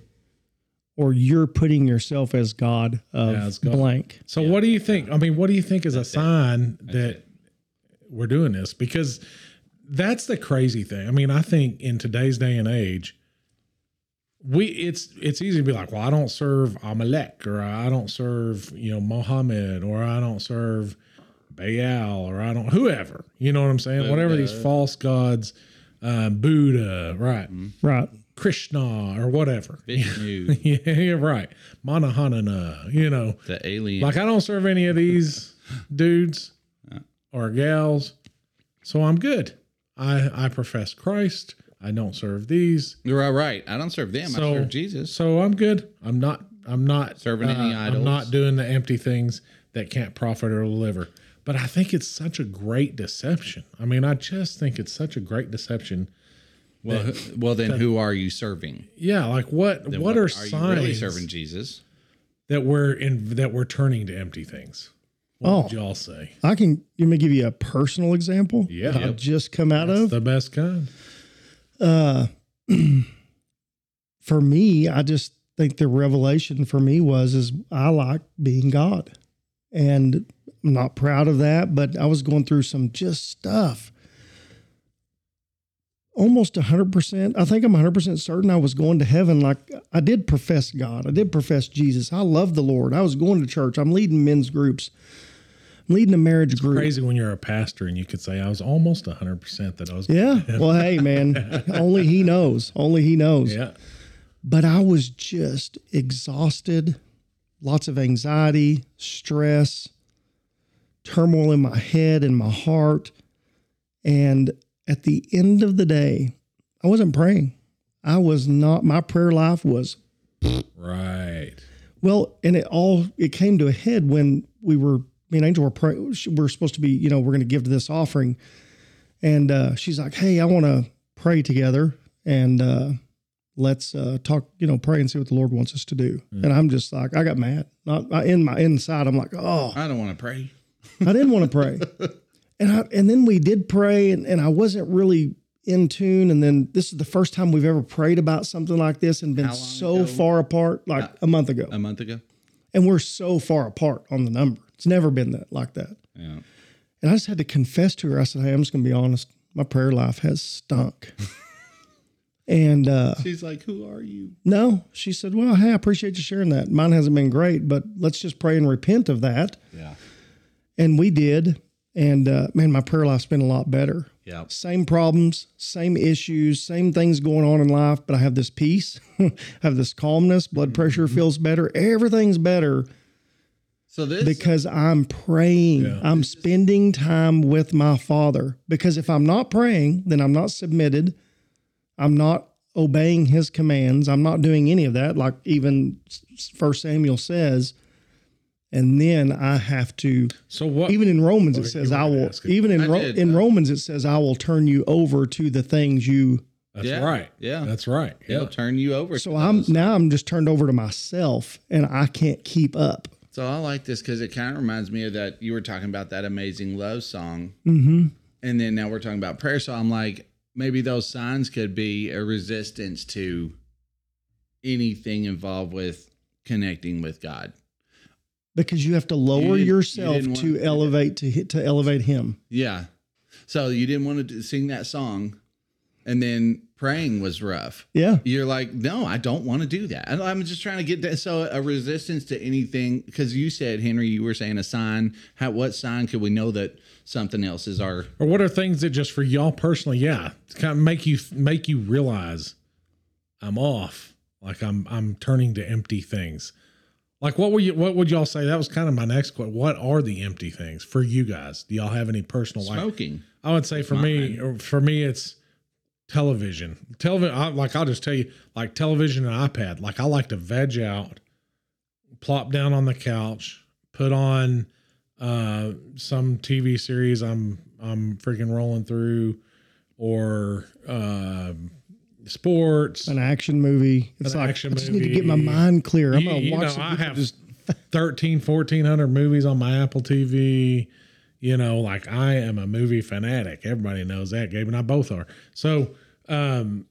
A: or you're putting yourself as God of
B: Yeah, as God.
A: blank.
B: So
C: Yeah.
B: what do you think? I mean, what do you think is a
C: That's it.
B: sign
C: That's
B: that
C: it.
B: we're doing this? Because that's the crazy thing. I mean, I think in today's day and age, we it's it's easy to be like, well, I don't serve Amalek or I don't serve, you know, Mohammed or I don't serve Baal or I don't whoever. You know what I'm saying? Whatever these
C: Buddha.
B: false gods, uh, Buddha, right,
A: Right.
B: Krishna or whatever.
C: Vishnu,
B: <laughs> yeah, you're right. Manahanana, you know.
C: the alien.
B: Like I don't serve any of these dudes or gals, so I'm good. I I profess Christ. I don't serve these,
C: You're all right. I don't serve them.
B: So-
C: I serve Jesus.
B: so I'm good. I'm not. I'm not uh,
C: Serving any
B: I'm
C: idols.
B: not doing the empty things that can't profit or deliver. But I think it's such a great deception. I mean, I just think it's such a great deception.
C: Well, who- well, then who are you serving?
B: Yeah, like what?
C: Then
B: what, are, signs
C: you really serving Jesus?
B: that we're in that we're turning to empty things? What
A: Oh.
B: would y'all say?
A: I can. Let me give you a personal example.
B: Yeah.
A: that I've just come out
B: That's
A: of.
B: the best kind.
A: uh, for me, I just think the revelation for me was is I like being God, and I'm not proud of that. But I was going through some just stuff. Almost 100%. I think I'm 100% certain I was going to heaven. Like, I did profess God. I did profess Jesus. I love the Lord. I was going to church. I'm leading men's groups, I'm leading a marriage group.
B: crazy when you're a pastor and you could say I was almost 100% that I was
A: Yeah. Well, hey, man, only He knows. Only He knows.
B: yeah
A: but I was just exhausted, lots of anxiety, stress, turmoil in my head and my heart. And at the end of the day, I wasn't praying. I was not, my prayer life was
B: right
A: well, and it all it came to a head when we were me and Angel were pray, we're supposed to be you know we're going to give to this offering, and uh, she's like, hey, I want to pray together and uh, let's uh, talk you know pray and see what the Lord wants us to do.
C: Hmm.
A: And I'm just like, I got mad. Not I, in my inside, I'm like, oh,
C: I don't want to pray.
A: I didn't want to
C: <laughs>
A: pray. And I, and then we did pray and, and I wasn't really in tune. And then this is the first time we've ever prayed about something like this and been
C: How long
A: so
C: ago?
A: far apart, like a month ago
C: A month ago.
A: and we're so far apart on the number. It's never been that like that.
C: Yeah.
A: And I just had to confess to her. I said, "Hey, I'm just going to be honest. My prayer life has stunk." <laughs> and uh,
C: She's like, "Who are you?"
A: no, she said, "Well, hey, I appreciate you sharing that. Mine hasn't been great, but let's just pray and repent of that."
C: Yeah.
A: And we did. And uh, man, my prayer life's been a lot better.
C: Yeah.
A: Same problems, same issues, same things going on in life, but I have this peace, <laughs> I have this calmness. Blood pressure feels better. Everything's better.
C: So this
A: because I'm praying.
B: Yeah.
A: I'm spending time with my Father. Because if I'm not praying, then I'm not submitted. I'm not obeying His commands. I'm not doing any of that, like even First Samuel says. And then I have to.
B: so what
A: Even in Romans, it
B: Okay,
A: says
B: you
A: I
B: wanted to
A: will.
B: ask it.
A: Even
C: I
A: in Ro-
C: did,
A: in
C: uh,
A: Romans, it says I will turn you over to the things you.
B: that's
C: Yeah,
B: right
C: yeah.
B: that's right yeah
C: he'll turn you over.
A: So
C: to
A: I'm
C: those.
A: now I'm just turned over to myself, and I can't keep up.
C: So I like this because it kind of reminds me of that you were talking about that amazing love song,
A: Mm-hmm.
C: and then now we're talking about prayer. So I'm like, maybe those signs could be a resistance to anything involved with connecting with God.
A: because you have to lower
C: didn't- you
A: yourself
C: didn't
A: to
C: want-
A: elevate to hit, to elevate him.
C: Yeah. So you didn't want to do- sing that song and then praying was rough.
A: Yeah.
C: You're like, no, I don't want to do that. And I'm just trying to get that. So a resistance to anything, because you said Henry, you were saying a sign. How what sign could we know that something else is our?
B: Or what are things that just for y'all personally, yeah, kind of make you make you realize I'm off. Like I'm I'm turning to empty things. Like what were you what would y'all say? That was kind of my next question. What are the empty things for you guys? Do y'all have any personal like
C: Smoking.
B: I would say for me, or for me, it's television. Television, I, like I'll just tell you, like television and iPad. Like I like to veg out, plop down on the couch, put on uh, some TV series I'm I'm freaking rolling through, or um sports.
A: An action movie. It's
B: An
A: like
B: action
A: I just need to get my
B: movie.
A: mind clear. I'm
B: You-
A: gonna
B: you
A: watch
B: know,
A: something
B: I
A: that
B: have-
A: just
B: 13 1400 movies on my apple tv you know like i am a movie fanatic everybody knows that gabe and i both are so um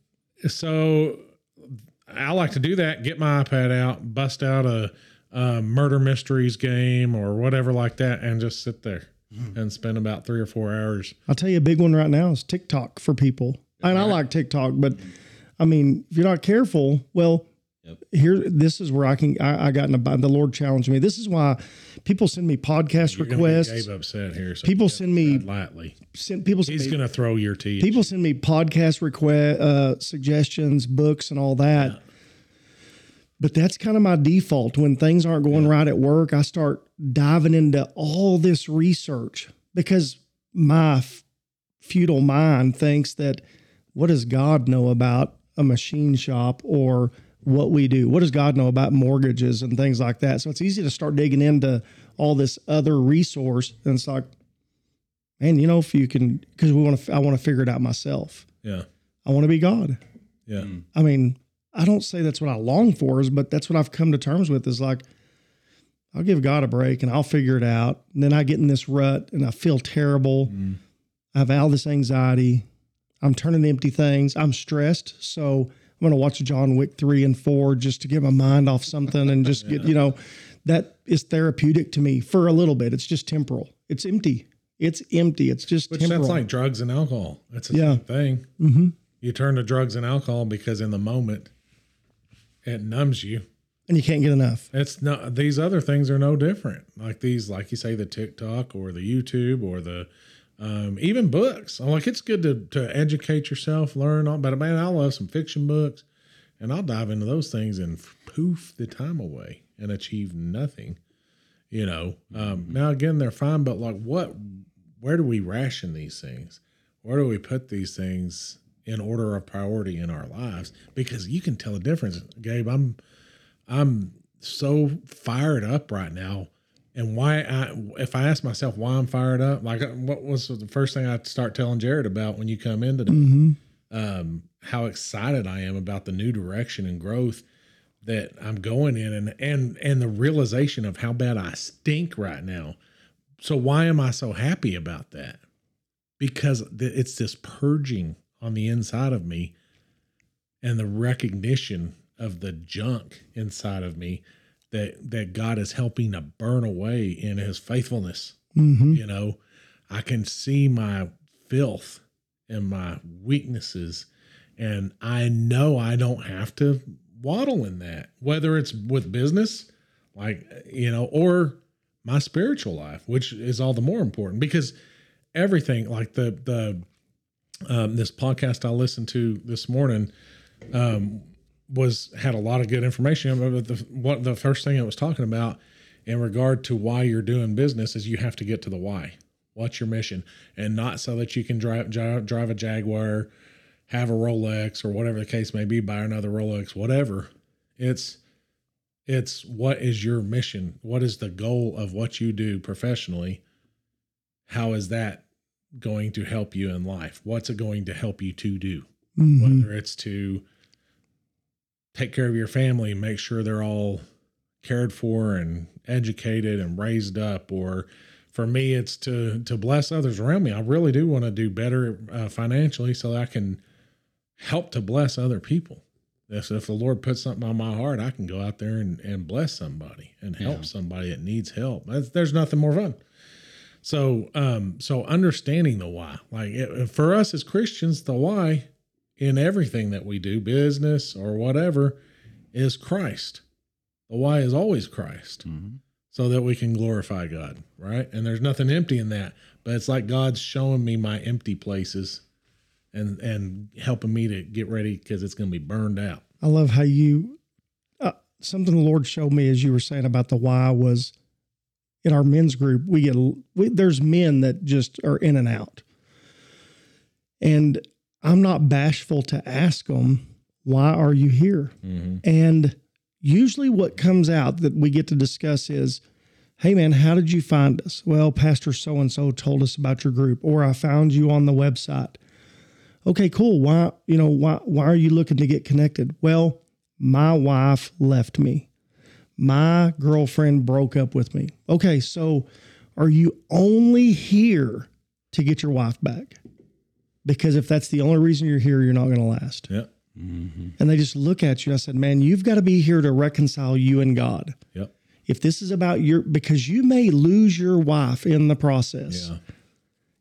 B: so i like to do that get my ipad out bust out a, a murder mysteries game or whatever like that and just sit there
A: Hmm.
B: and spend about three or four hours
A: I'll tell you a big one right now is TikTok for people. And I like TikTok, but I mean, if you're not careful, well, here this is where I can I, I got in a bind. The Lord challenged me. This is why people send me podcast
B: You're gonna make
A: requests.
B: gabe upset here so
A: People send me
B: lightly
A: send people send
B: he's
A: me,
B: gonna throw your tea at
A: people send me podcast request uh, suggestions, books, and all that. But that's kind of my default when things aren't going right at work. I start diving into all this research because my f- feudal mind thinks that what does God know about a machine shop or what we do? What does God know about mortgages and things like that? So it's easy to start digging into all this other resource, and it's like, man, you know, if you can, because we want to, I want to figure it out myself.
B: yeah
A: I want to be God.
B: yeah
A: I mean, I don't say that's what I long for, is but that's what I've come to terms with. Is like, I'll give God a break and I'll figure it out. And then I get in this rut and I feel terrible.
B: Mm.
A: I have all this anxiety. I'm turning to empty things. I'm stressed, so I'm going to watch John Wick three and four just to get my mind off something and just get you know that is therapeutic to me for a little bit. It's just temporal. It's empty. It's empty. It's just
B: Which
A: temporal.
B: that's like drugs and alcohol. It's the
A: Yeah.
B: same thing. You turn to drugs and alcohol because in the moment, it numbs you.
A: and you can't get enough.
B: It's not these other things are no different. Like these, like you say, the TikTok or the YouTube or the um, even books. I'm like, it's good to to educate yourself, learn all about it. Man, I love some fiction books, and I'll dive into those things and poof the time away and achieve nothing. You know. Um, now again, they're fine, but like, what? Where do we ration these things? Where do we put these things in order of priority in our lives? Because you can tell a difference, Gabe. I'm so fired up right now and why i if i ask myself why i'm fired up like what was the first thing i start telling jared about when you come in today um, how excited i am about the new direction and growth that i'm going in and and and the realization of how bad i stink right now so why am i so happy about that because th- it's this purging on the inside of me and the recognition of the junk inside of me that that God is helping to burn away in his faithfulness.
A: hmm
B: You know, I can see my filth and my weaknesses and I know I don't have to waddle in that. Whether it's with business like you know or my spiritual life, which is all the more important because everything like the the um, this podcast I listened to this morning was had a lot of good information. But the what the first thing it was talking about in regard to why you're doing business is you have to get to the why. What's your mission, and not so that you can drive drive, drive a Jaguar, have a Rolex or whatever the case may be, buy another Rolex, whatever. It's it's what is your mission? What is the goal of what you do professionally? How is that going to help you in life? What's it going to help you to do?
A: Mm-hmm.
B: whether it's to take care of your family, make sure they're all cared for and educated and raised up, or for me, it's to to bless others around me. I really do want to do better uh, financially so that I can help to bless other people. If, if the Lord puts something on my heart, I can go out there and, and bless somebody and help
C: Yeah.
B: somebody that needs help. That's, there's nothing more fun. So, um, so understanding the why, like it, for us as Christians, the why in everything that we do, business or whatever, is Christ. The why is always Christ
C: Mhm.
B: so that we can glorify God, right? And there's nothing empty in that, but it's like God's showing me my empty places and and helping me to get ready cuz it's going to be burned out.
A: I love how you uh, something the Lord showed me as you were saying about the why was in our men's group we get we, there's men that just are in and out, and I'm not bashful to ask them why are you here, and usually what comes out that we get to discuss is. Hey man, how did you find us? Well, Pastor so and so told us about your group, or I found you on the website okay cool why you know why why are you looking to get connected well my wife left me my girlfriend broke up with me okay so are you only here to get your wife back because if that's the only reason you're here you're not going to last
B: Yep.
A: and they just look at you i said man you've got to be here to reconcile you and god
B: Yep.
A: if this is about your because you may lose your wife in the process
B: Yeah.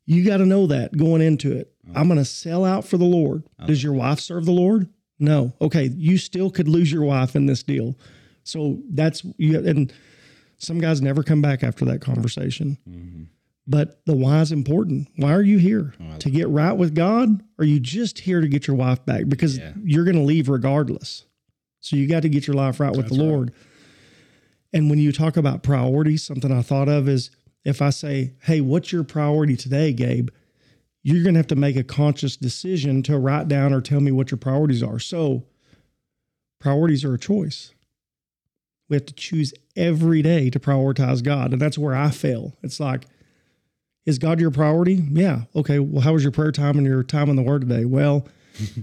A: you got to know that going into it. I'm going to sell out for the Lord. Does your wife serve the Lord? No. Okay, you still could lose your wife in this deal. So that's you and some guys never come back after that conversation. But the why is important. Mm-hmm. Why are you here? to get right with God? Or are you just here to get your wife back? Because
C: Yeah.
A: you're going to leave regardless. So you got to get your life right with the Lord. And when you talk about priorities, something I thought of is if I say, Hey, what's your priority today, Gabe? You're going to have to make a conscious decision to write down or tell me what your priorities are. So priorities are a choice. We have to choose every day to prioritize God. And that's where I fail. It's like, is God your priority? Yeah. Okay. Well, how was your prayer time and your time in the Word today?
B: <laughs>
A: Well,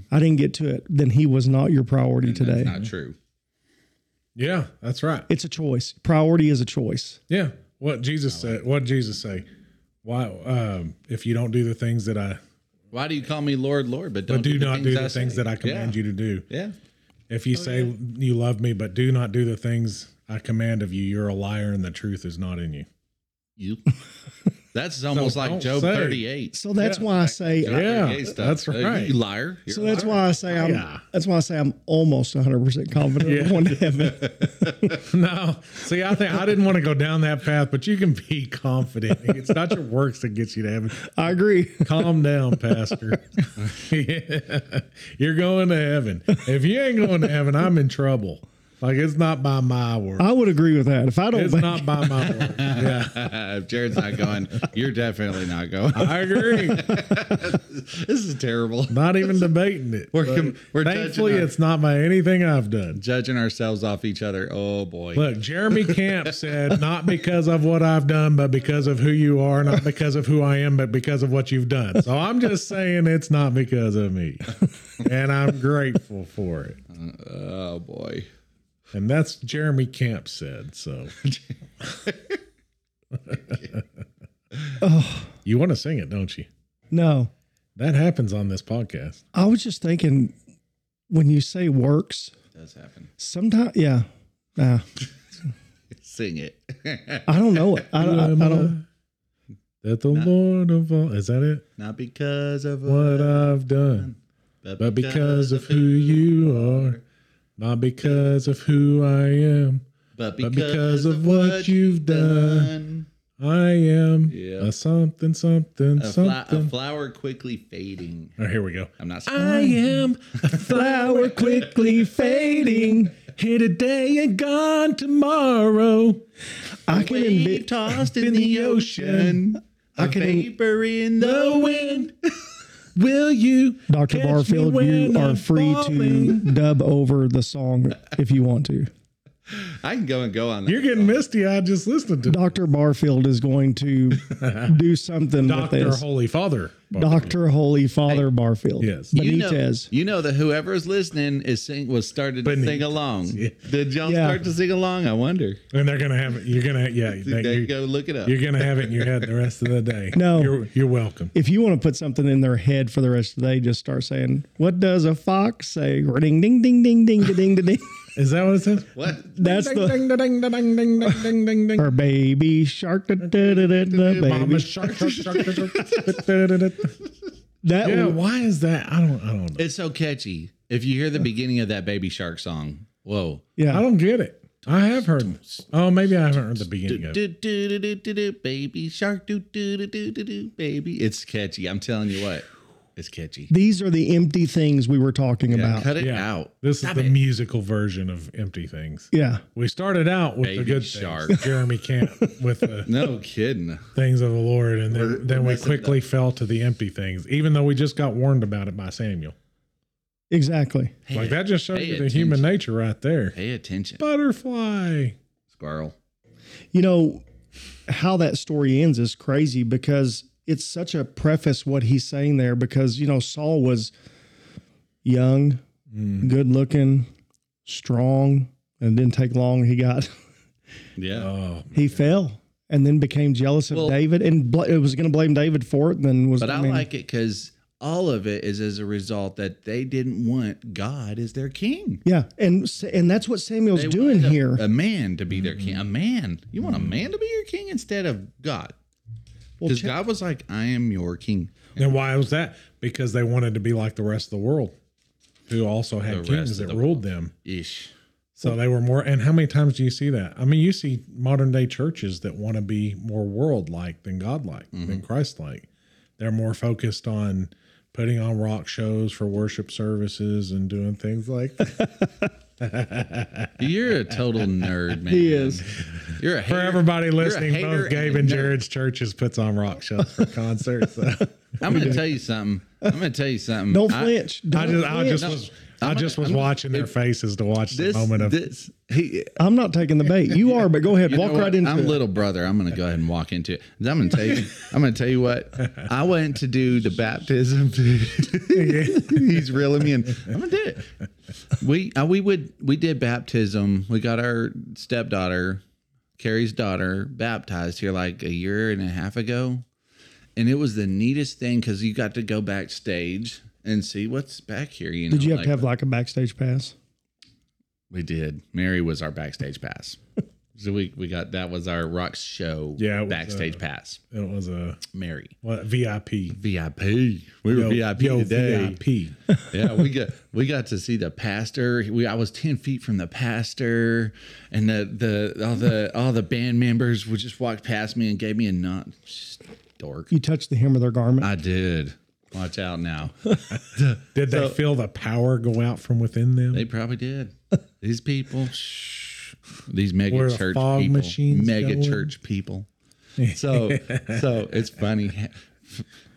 A: I didn't get to it. Then He was not your priority
C: And That's
A: today.
C: not true.
B: Yeah, that's right.
A: It's a choice. Priority is a choice.
B: Yeah. What Jesus said, what did Jesus say? Why um if you don't do the things that I
C: Why do you call me Lord, Lord, but don't
B: but do not do the things
C: say?
B: that I command
C: yeah.
B: you to do.
C: Yeah.
B: If you say you love me but do not do the things I command of you, you're a liar and the truth is not in you. <laughs>
C: You. That's almost like
B: don't
C: Job
B: say.
C: 38.
A: So that's
B: Yeah.
A: why I say.
C: Job
B: Yeah,
C: 38 stuff.
B: that's
C: Uh,
B: right.
C: You liar. You're
A: So
C: a
A: that's
C: liar.
A: why I say I'm.
B: Yeah.
A: That's why I say I'm almost 100 percent confident
B: Yeah.
A: of going to heaven.
B: <laughs> No, see, I think I didn't want to go down that path, but you can be confident. <laughs> It's not your works that gets you to heaven.
A: I agree.
B: Calm down, Pastor. <laughs> Yeah. You're going to heaven. If you ain't going to heaven, I'm in trouble. Like it's not by my work.
C: Oh,
A: I would agree with that. If I don't,
B: It's
A: make-
B: not by my work. Yeah,
C: if Jared's not going, you're definitely
B: <laughs>
C: not going.
B: I agree.
C: this is terrible.
B: Not even debating it.
C: We're
B: But
C: com- we're judging
B: thankfully
C: our-
B: it's not by anything I've done.
C: Judging ourselves off each other. Oh boy.
B: Look, Jeremy Camp said, not because of what I've done, but because of who you are, not because of who I am, but because of what you've done. So I'm just saying it's not because of me. And I'm grateful for it.
C: Oh boy.
B: And that's Jeremy Camp said. So
A: Oh.
B: you want to sing it, don't you?
A: no.
B: That happens on this podcast.
A: I was just thinking when you say works,
C: does happen.
A: sometimes yeah, nah,
C: Sing it. <laughs>
A: I don't know it. I, I, I
B: Am
A: don't.
B: I That the Lord of all is that it?
C: not because of
B: What I've done. But because of who you are, not because of who I am,
C: but
B: but because of what you've done, I am
C: Yeah.
B: a something, something,
C: A, fla- a
B: something.
C: flower quickly fading.
B: Oh, here we go.
C: I'm not.
B: I am a <laughs> flower quickly fading, here today and gone tomorrow.
A: I can
C: Wave
A: envi-
C: tossed in
B: in
C: the
B: the
C: ocean.
A: I
C: A
A: can-
C: vapor in the
B: The wind, will you?
A: Dr.
B: catch me
A: Barfield,
B: when
A: you are
B: I'm
A: free
B: falling?
A: to dub over the song if you want to.
C: I can go and go on. That.
B: You're getting misty. I just listened to
A: Dr. Barfield is going to do something with
B: Doctor
A: this.
B: Holy Father.
A: Dr. Holy Father Barfield.
B: Yes.
A: Benitez.
C: you know, you know that whoever's listening is sing was started to
B: Benitez.
C: sing along. Did y'all
A: Yeah.
C: start to sing along? I wonder.
B: And they're gonna have it. You're gonna yeah.
C: They,
B: you-
C: go look it
B: <laughs>
C: up.
B: You're gonna have it in your head the rest of the day.
A: No.
B: you're, you're welcome.
A: If you want to put something in their head for the rest of the day, just start saying, What does a fox say? Ding, ding, ding, ding, ding, da, ding, da, ding.
B: Is that what it says?
C: What?
A: That's
B: ding, <laughs>
A: the.
B: ding, ding, ding, ding, ding, ding, ding, ding, ding.
A: Or baby shark. Da, da, da, da, da,
B: Mama
A: baby. <laughs>
B: shark, shark, shark, shark, shark.
A: That
B: Yeah,
A: w-
B: why is that? I don't. I don't. Know.
C: It's so catchy. If you hear the beginning of that Baby Shark song, whoa.
B: I
A: yeah.
B: don't get it. I have heard. Oh, maybe I haven't heard the beginning
C: Do,
B: of it.
C: do, do, do, do, do, do, baby shark, do, do, do, do, do, do, baby. It's catchy. I'm telling you what, it's catchy.
A: These are the empty things we were talking
C: Yeah,
A: about.
C: cut it
B: Yeah.
C: out.
B: This is
C: Stop
B: the
C: it.
B: musical version of Empty Things.
A: yeah.
B: We started out with the
C: Baby
B: good
C: shark.
B: things, Jeremy Camp with <laughs> the
C: No kidding.
B: things of the Lord, and
C: We're-
B: then, then
C: we're
B: we
C: messing it
B: quickly fell to the empty things, even though we just got warned about it by Samuel.
A: Exactly.
B: Like that just shows
C: Pay
B: you the human
C: attention.
B: nature right there.
C: Pay attention,
B: Butterfly.
C: squirrel.
A: You know how that story ends is crazy because it's such a preface what he's saying there because you know Saul was young,
C: Mm.
A: good looking, strong, and it didn't take long he got
C: Yeah.
B: Oh,
A: he fell and then became jealous of
C: Well-
A: David and bl- it was going to blame David for it and then was
C: But I
A: mean,
C: like it because all of it is as a result that they didn't want God as their king.
A: yeah and s- and that's what Samuel's
C: They uh,
A: doing
C: wanted a,
A: here.
C: a man to be their king. A man. You want a man to be your king instead of God.
A: Well,
C: Because
A: check-
C: God was like, I am your king.
B: then why was that? Because they wanted to be like the rest of the world, who also
C: The
B: had
C: rest
B: kings
C: of
B: that
C: the
B: ruled them.
C: Ish.
B: So they were more. And how many times do you see that? I mean, you see modern day churches that want to be more world like than God like,
C: Mm-hmm.
B: than Christ like. They're more focused on putting on rock shows for worship services and doing things like
C: <laughs> You're a total nerd, man.
A: He is.
C: You're a
B: For
C: hater.
B: everybody listening,
C: hater
B: both Gabe
C: and a
B: and
C: nerd.
B: Jared's churches puts on rock shows for concerts. So.
C: <laughs> I'm going to tell you something. I'm going to tell you something.
A: don't
C: I-
A: flinch.
B: I
A: Don't
B: just, I
A: flinch.
B: just was, I
C: I'm-
B: just was
C: I'm-
B: watching their faces to watch the
C: This,
B: moment of.
C: this, he,
A: I'm not taking the bait. You are, but go ahead,
C: <laughs> You
A: walk
C: know
A: right
C: what?
A: into
C: I'm
A: it.
C: little brother. I'm gonna go ahead and walk into it. I'm gonna tell you. I'm gonna tell you what. I went to do the baptism. <laughs> He's reeling me in. I'm gonna do it. We uh, we would we did baptism. We got our stepdaughter, Carrie's daughter, baptized here like a year and a half ago, and it was the neatest thing because you got to go backstage and see what's back here. You know,
A: Did you have
C: like-
A: to have like a backstage pass?
C: We did. Mary was our backstage <laughs> pass. So we, we got that was our rock show
B: Yeah, it was,
C: backstage
B: uh,
C: pass.
B: It was a
C: Mary.
B: what, VIP.
C: VIP. We were
B: Yo-
C: VIP
B: yo,
C: today.
B: VIP.
C: <laughs> yeah, we got we got to see the pastor. We I was ten feet from the pastor, and the the all the <laughs> all the band members would just walk past me and gave me a nod. Just dork.
A: You touched the hem of their garment.
C: I did. Watch out <laughs> now.
B: Did they feel the power go out from within them?
C: They probably did. These people, shh, these mega
B: Where the
C: church
B: fog
C: people,
B: machine's
C: mega
B: going.
C: church people.
B: <laughs>
C: So, so it's funny. <laughs>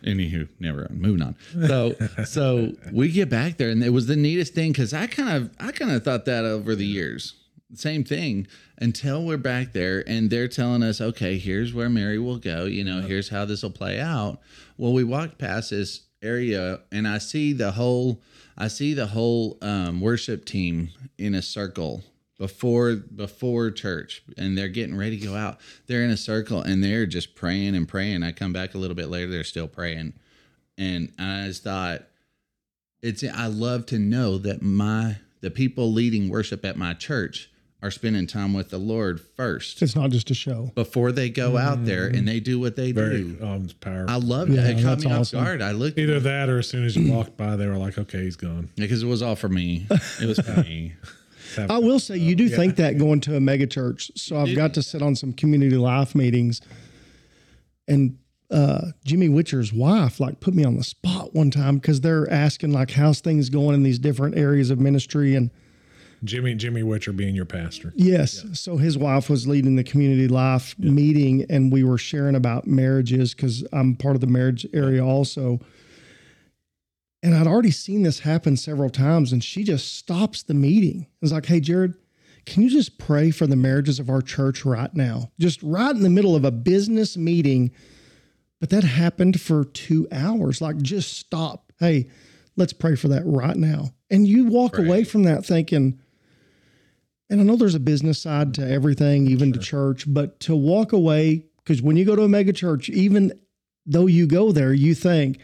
C: Anywho, never mind. Moving on. So, so we get back there, and it was the neatest thing because I kind of, I kind of thought that over the years, same thing. Until we're back there, and they're telling us, okay, here's where Mary will go. You know, here's how this will play out. Well, we walked past this area, and I see the whole, I see the whole um, worship team in a circle before before church and they're getting ready to go out they're in a circle and they're just praying and praying i come back a little bit later they're still praying and i just thought it's i love to know that my the people leading worship at my church are spending time with the lord first
A: it's not just a show.
C: before they go out there and they do what they
B: Very
C: do
B: um, powerful.
C: i loved it it
A: Yeah,
C: caught
A: that's
C: me
A: awesome.
C: off guard i looked
B: Either that, or as soon as you walked by, they were like, "Okay, he's gone."
C: because it was all for me it
A: <laughs>
C: was for me
A: I will say you do think
C: <laughs>
A: that going to a mega church. So I've got to sit on some community life meetings and uh, Jimmy Witcher's wife like put me on the spot one time because they're asking like how's things going in these different areas of ministry and
B: Jimmy Jimmy Witcher being your pastor.
A: Yes. So his wife was leading the community life meeting, and we were sharing about marriages because I'm part of the marriage area also. And I'd already seen this happen several times, and she just stops the meeting. It's like, hey, Jared, can you just pray for the marriages of our church right now? Just right in the middle of a business meeting. But that happened for two hours. Like, just stop. Hey, let's pray for that right now. And you walk away from that thinking, and I know there's a business side to everything, even to church, but to walk away, because when you go to a mega church, even though you go there, you think,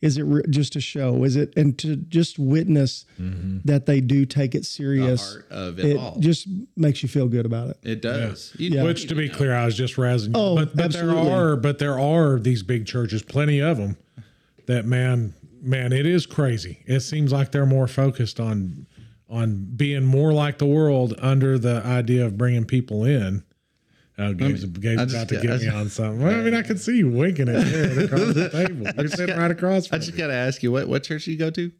A: is it re- just a show? Is it, and to just witness
B: Mm-hmm.
A: that they do take it
C: the
A: serious,
C: heart of it,
A: it
C: all
A: just makes you feel good about it.
C: it does You-
A: Yeah.
B: Which, to be clear, I was just razzing. you.
A: Oh,
B: but, but there
A: absolutely.
B: are, but there are these big churches, plenty of them. That man, man, it is crazy. It seems like they're more focused on on being more like the world under the idea of bringing people in. Oh, Gabe's, Gabe's
C: I
B: about
C: just-
B: to
C: I
B: get me
C: just-
B: on something. Well, I mean, I can see you winking at Jared across
C: <laughs>
B: the table. You're
C: just
B: sitting
C: got-
B: right across
C: I
B: from
C: just
B: me.
C: gotta ask you, what what church do you go to?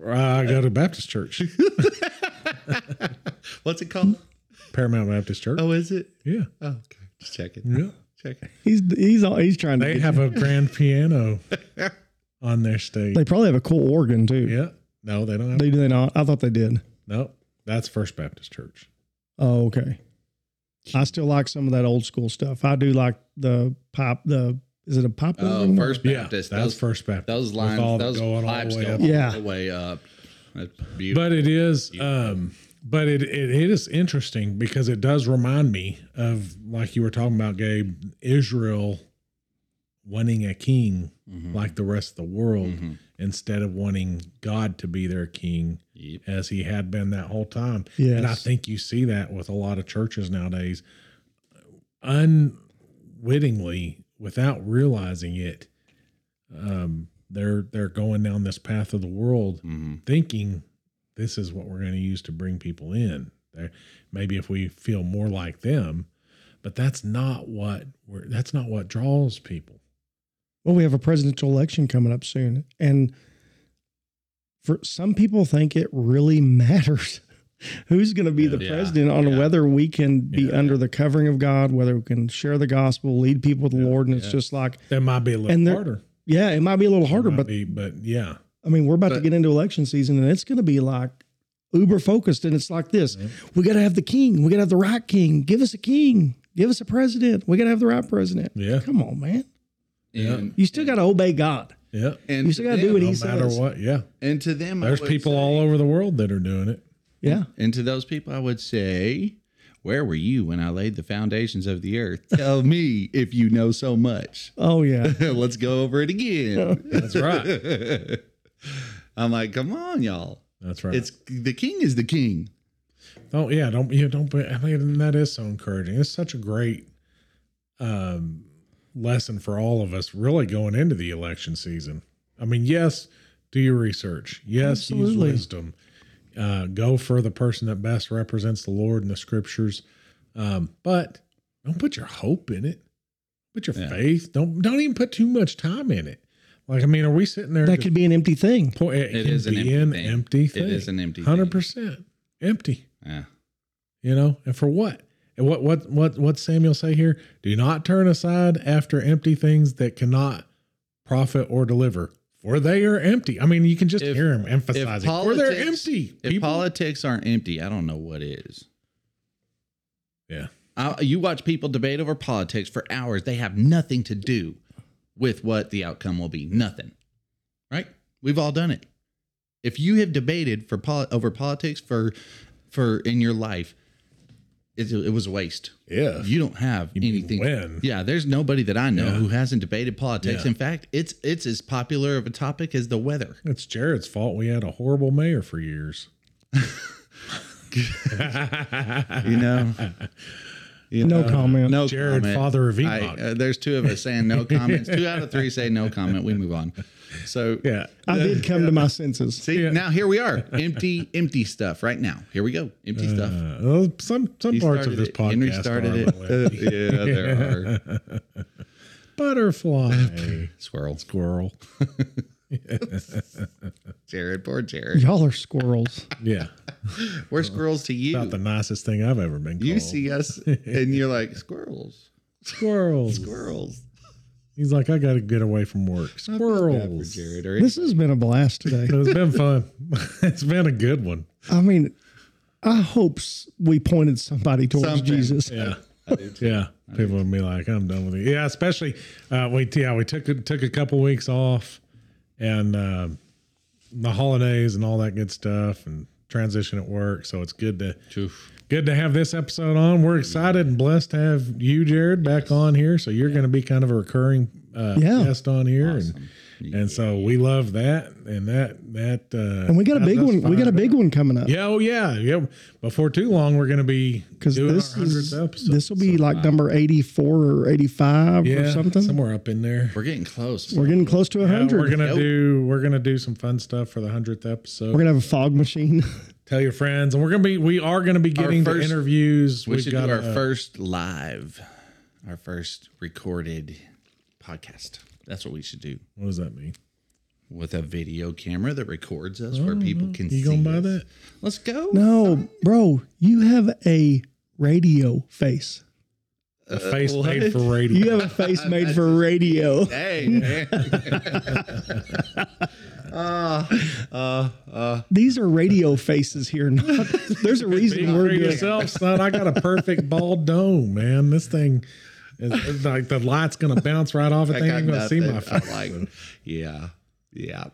B: Uh, I go to Baptist
C: <laughs>
B: Church,
C: What's it called?
B: Paramount Baptist Church.
C: Oh, is it?
B: Yeah,
C: Oh, okay. Just check it. <laughs>
B: yeah.
C: Check it.
A: He's he's all, he's trying to.
B: They
A: get-
B: have a grand piano on their stage.
A: they probably have a cool organ too.
B: Yeah. No, they don't have.
A: They do they not? I thought they did.
B: no, that's First Baptist Church.
A: Oh, okay. I still like some of that old school stuff. I do like the pop. The is it a pop?
B: Uh,
C: Oh,
A: organ?
C: First Baptist.
B: yeah, that's
C: those
B: First Baptist.
C: those
B: with
C: lines,
B: all
C: those
B: going all
C: pipes
B: the way
C: go
B: up.
C: all
A: Yeah.
C: the way up. That's beautiful.
B: But it is, um, but it, it it is interesting because it does remind me of like you were talking about, Gabe, Israel wanting a king
C: Mhm.
B: like oh. the rest of the world
C: Mhm.
B: instead of wanting God to be their king
C: Yep.
B: as he had been that whole time.
A: Yes.
B: And I think you see that with a lot of churches nowadays. Unwittingly, without realizing it, um, they're they're going down this path of the world
C: Mhm.
B: thinking this is what we're going to use to bring people in. There, maybe if we feel more like them, but that's not what we're, that's not what draws people.
A: Well, we have a presidential election coming up soon, and for some people think it really <laughs> matters who's going to be
B: Yeah.
A: the
C: Yeah.
A: president on
C: Yeah.
A: whether we can be
B: Yeah.
A: under the covering of God, whether we can share the gospel, lead people to the
B: Yeah.
A: Lord, and it's
C: Yeah.
A: just like,
B: That might be a little
A: And they're-
B: harder,
A: yeah, it might be a little harder,
B: Might
A: but
B: be- but yeah,
A: I mean, we're about to
C: But-
A: get into election season, and it's going to be like uber focused, and it's like this: we got to have the king, we got to have the right king. Give us a king, give us a president. We got to have the right president.
B: yeah,
A: Come on, man!
B: Yeah.
C: And,
A: You still got to obey God.
B: yeah.
C: and
A: you
C: to
A: still gotta
C: them-
A: do what
B: No
A: he
B: matter
A: says.
B: what, yeah.
C: And to them, I
B: There's
C: would
B: people
C: say-
B: all over the world that are doing it.
A: Yeah,
C: And to those people, I would say, Where were you when I laid the foundations of the earth? Tell me if you know so much. <laughs>
A: oh yeah.
C: Let's go over it again.
B: That's
C: <laughs>
B: right.
C: I'm like, Come on, y'all.
B: That's right.
C: It's the king is the king.
B: Oh yeah, don't you don't. But I mean, that is so encouraging. It's such a great um, lesson for all of us, really going into the election season. I mean, yes, do your research. Yes,
A: Absolutely.
B: use wisdom. Uh, go for the person that best represents the Lord and the Scriptures. Um, but don't put your hope in it. Put your
C: Yeah.
B: faith. Don't don't even put too much time in it. Like I mean, are we sitting there?
A: That
B: just
A: could be an empty thing.
B: po- it,
C: It
B: can
C: is an
B: be
C: empty
B: an
C: thing.
B: empty
C: It
B: thing.
C: is an empty thing.
B: Hundred percent empty
C: Yeah.
B: you know and for what and what what what what samuel say here do not turn aside after empty things that cannot profit or deliver for they are empty i mean you can just
C: If-
B: hear him
C: If
B: emphasizing for
C: politics,
B: they're empty
C: If politics aren't empty, I don't know what is.
B: yeah
C: I, you watch people debate over politics for hours. They have nothing to do with what the outcome will be. Nothing. Right? We've all done it. If you have debated for poli- over politics for for in your life, it, it was a waste.
B: yeah
C: You don't have
B: You mean
C: anything.
B: when?
C: Yeah, there's nobody that I know
B: Yeah.
C: who hasn't debated politics.
B: Yeah.
C: In fact, it's it's as popular of a topic as the weather.
B: it's jared's fault we had a horrible mayor for
C: <laughs>
B: years <laughs> <laughs>
C: You know. You
A: No comment.
C: Uh, No
B: Jared,
C: comment.
B: father of
C: I-
B: Enoch.
C: uh, there's two of us saying
B: <laughs>
C: no comments. two out of three say no comment. We move on. So
B: yeah
A: I did come to my senses.
C: see now here we are. Empty, empty stuff right now. Here we go. Empty stuff.
B: Uh, well, some some
C: He
B: parts of
C: started
B: this
C: it.
B: podcast
C: Henry
B: are
C: started it.
B: a little empty.
C: <laughs> yeah,
B: <laughs>
C: there are <laughs>
B: butterfly
C: squirrels.
B: squirrel
C: Jared, poor Jared.
A: Y'all are squirrels.
B: yeah <laughs>
C: We're squirrels to you.
B: about the nicest thing i've ever been called.
C: You
B: <laughs>
C: see us and you're like squirrels,
B: squirrels
C: squirrels.
B: He's like, I got to get away from work.
C: I feel bad for
B: Squirrels.
C: Jared. Or
A: This has been a blast today.
B: It's been fun. <laughs> it's been a good one.
A: I mean, I hope s- we pointed somebody towards
C: Something.
A: Jesus.
B: Yeah.
C: I do too.
B: Yeah. People would be like, I'm done with it. Yeah. Especially, uh, we, yeah, we took, took a couple weeks off and uh, the holidays and all that good stuff and transition at work. So it's good to, good to have this episode on. We're excited and blessed to have you, Jared, back on here. So you're going to be kind of a recurring uh,
A: Yeah.
B: guest on here. And And so we love that. And that, that, uh,
A: And we got a
B: that-
A: big
B: that's
A: one. We got a
B: fired
A: big
B: up.
A: one coming up.
B: Yeah. Oh, yeah. Yeah. Before too long, we're going to be
A: Because
B: doing
A: this
B: our 100th
A: is
B: episode.
A: this will be like number eighty four or eighty five or
B: yeah,
A: something.
B: Somewhere up in there.
C: We're getting close.
A: We're getting close to
B: Yeah,
A: hundred.
B: we're gonna
C: Nope.
B: do we're gonna do some fun stuff for the hundredth episode.
A: have a fog machine. <laughs>
B: Tell your friends, and we're gonna be we are gonna be getting
C: first-
B: to interviews.
C: we
B: We've
C: should do our
B: a- uh,
C: first live, our first recorded podcast. That's what we should do
B: What does that mean?
C: with a video camera that records us where people can see.
B: Oh, You gonna buy
C: us.
B: that?
C: Let's go.
A: no, bro, you have a radio face.
B: A face
C: Uh, what?
B: made for radio.
A: You have a face made
B: <laughs>
A: for radio.
C: Hey, man. <laughs> uh, uh, uh,
A: These are radio faces here. Not, <laughs> there's a reason we're
B: for
A: doing.
B: yourself, son. I got a perfect bald dome, man. This thing is it's like the light's gonna bounce right off. It
C: I
B: they
C: got
B: ain't gonna see
C: nothing.
B: my face.
C: I like, yeah, yeah.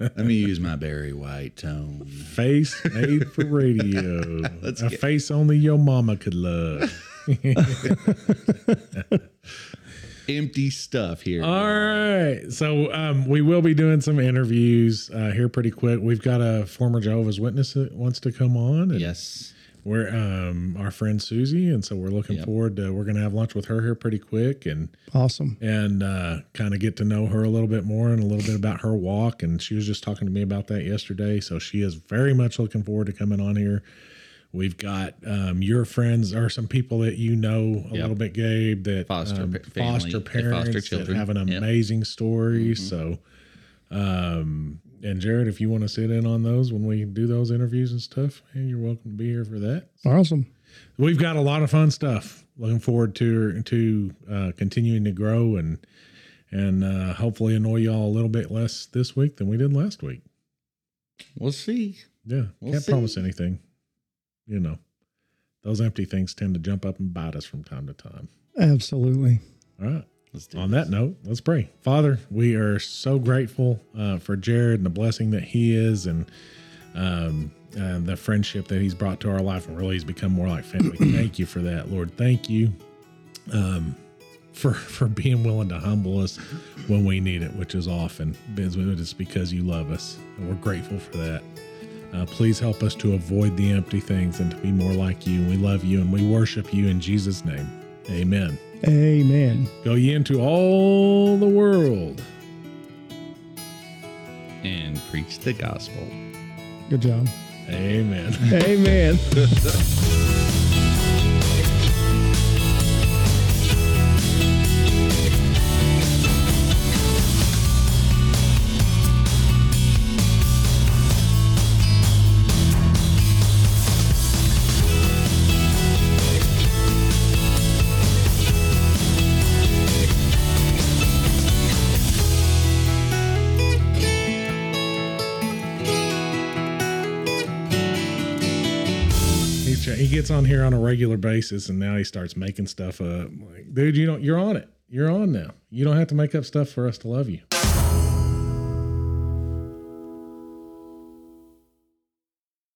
C: Let me use my Barry White tone.
B: Face made for radio.
C: <laughs> Let's
B: a
C: get-
B: face only your mama could love.
C: Empty stuff here.
B: All right. So um, we will be doing some interviews uh, here pretty quick. We've got a former Jehovah's Witness that wants to come on. And
C: yes.
B: We're um, our friend Susie, and so we're looking
C: Yep.
B: forward to. We're gonna have lunch with her here pretty quick, and
A: Awesome.
B: and uh, kind of get to know her a little bit more and a little bit about her walk. And she was just talking to me about that yesterday. So she is very much looking forward to coming on here. We've got um, your friends or some people that you know a
C: Yep.
B: little bit, Gabe, that
C: Foster
B: um,
C: pa- family,
B: foster
C: the foster
B: parents that
C: children.
B: have an
C: Yep. Mm-hmm.
B: amazing story. So, um, and Jared, if you want to sit in on those when we do those interviews and stuff, hey, you're welcome to be here for that
A: Awesome.
B: we've got a lot of fun stuff. Looking forward to to uh, continuing to grow and and uh, hopefully annoy y'all a little bit less this week than we did last week.
C: We'll see.
B: Yeah,
C: We'll
B: can't
C: see.
B: promise anything. You know, those empty things tend to jump up and bite us from time to time.
A: Absolutely.
B: All right.
C: Let's do
B: On that note, let's pray. Father, we are so grateful uh, for Jared and the blessing that he is, and um, uh, the friendship that he's brought to our life, and really he's become more like family. Thank you for that, Lord. Thank you um, for for being willing to humble us when we need it, which is often. It's because you love us, and we're grateful for that. Uh, please help us to avoid the empty things and to be more like you. We love you and we worship you in Jesus' name. Amen.
A: Amen.
B: Go ye into all the world.
C: And preach the gospel.
A: Good job.
B: Amen. <laughs>
A: Amen.
B: He's try- he gets on here on a regular basis, and now he starts making stuff up. Like, dude, you don't. You're on it. You're on now. You don't have to make up stuff for us to love you.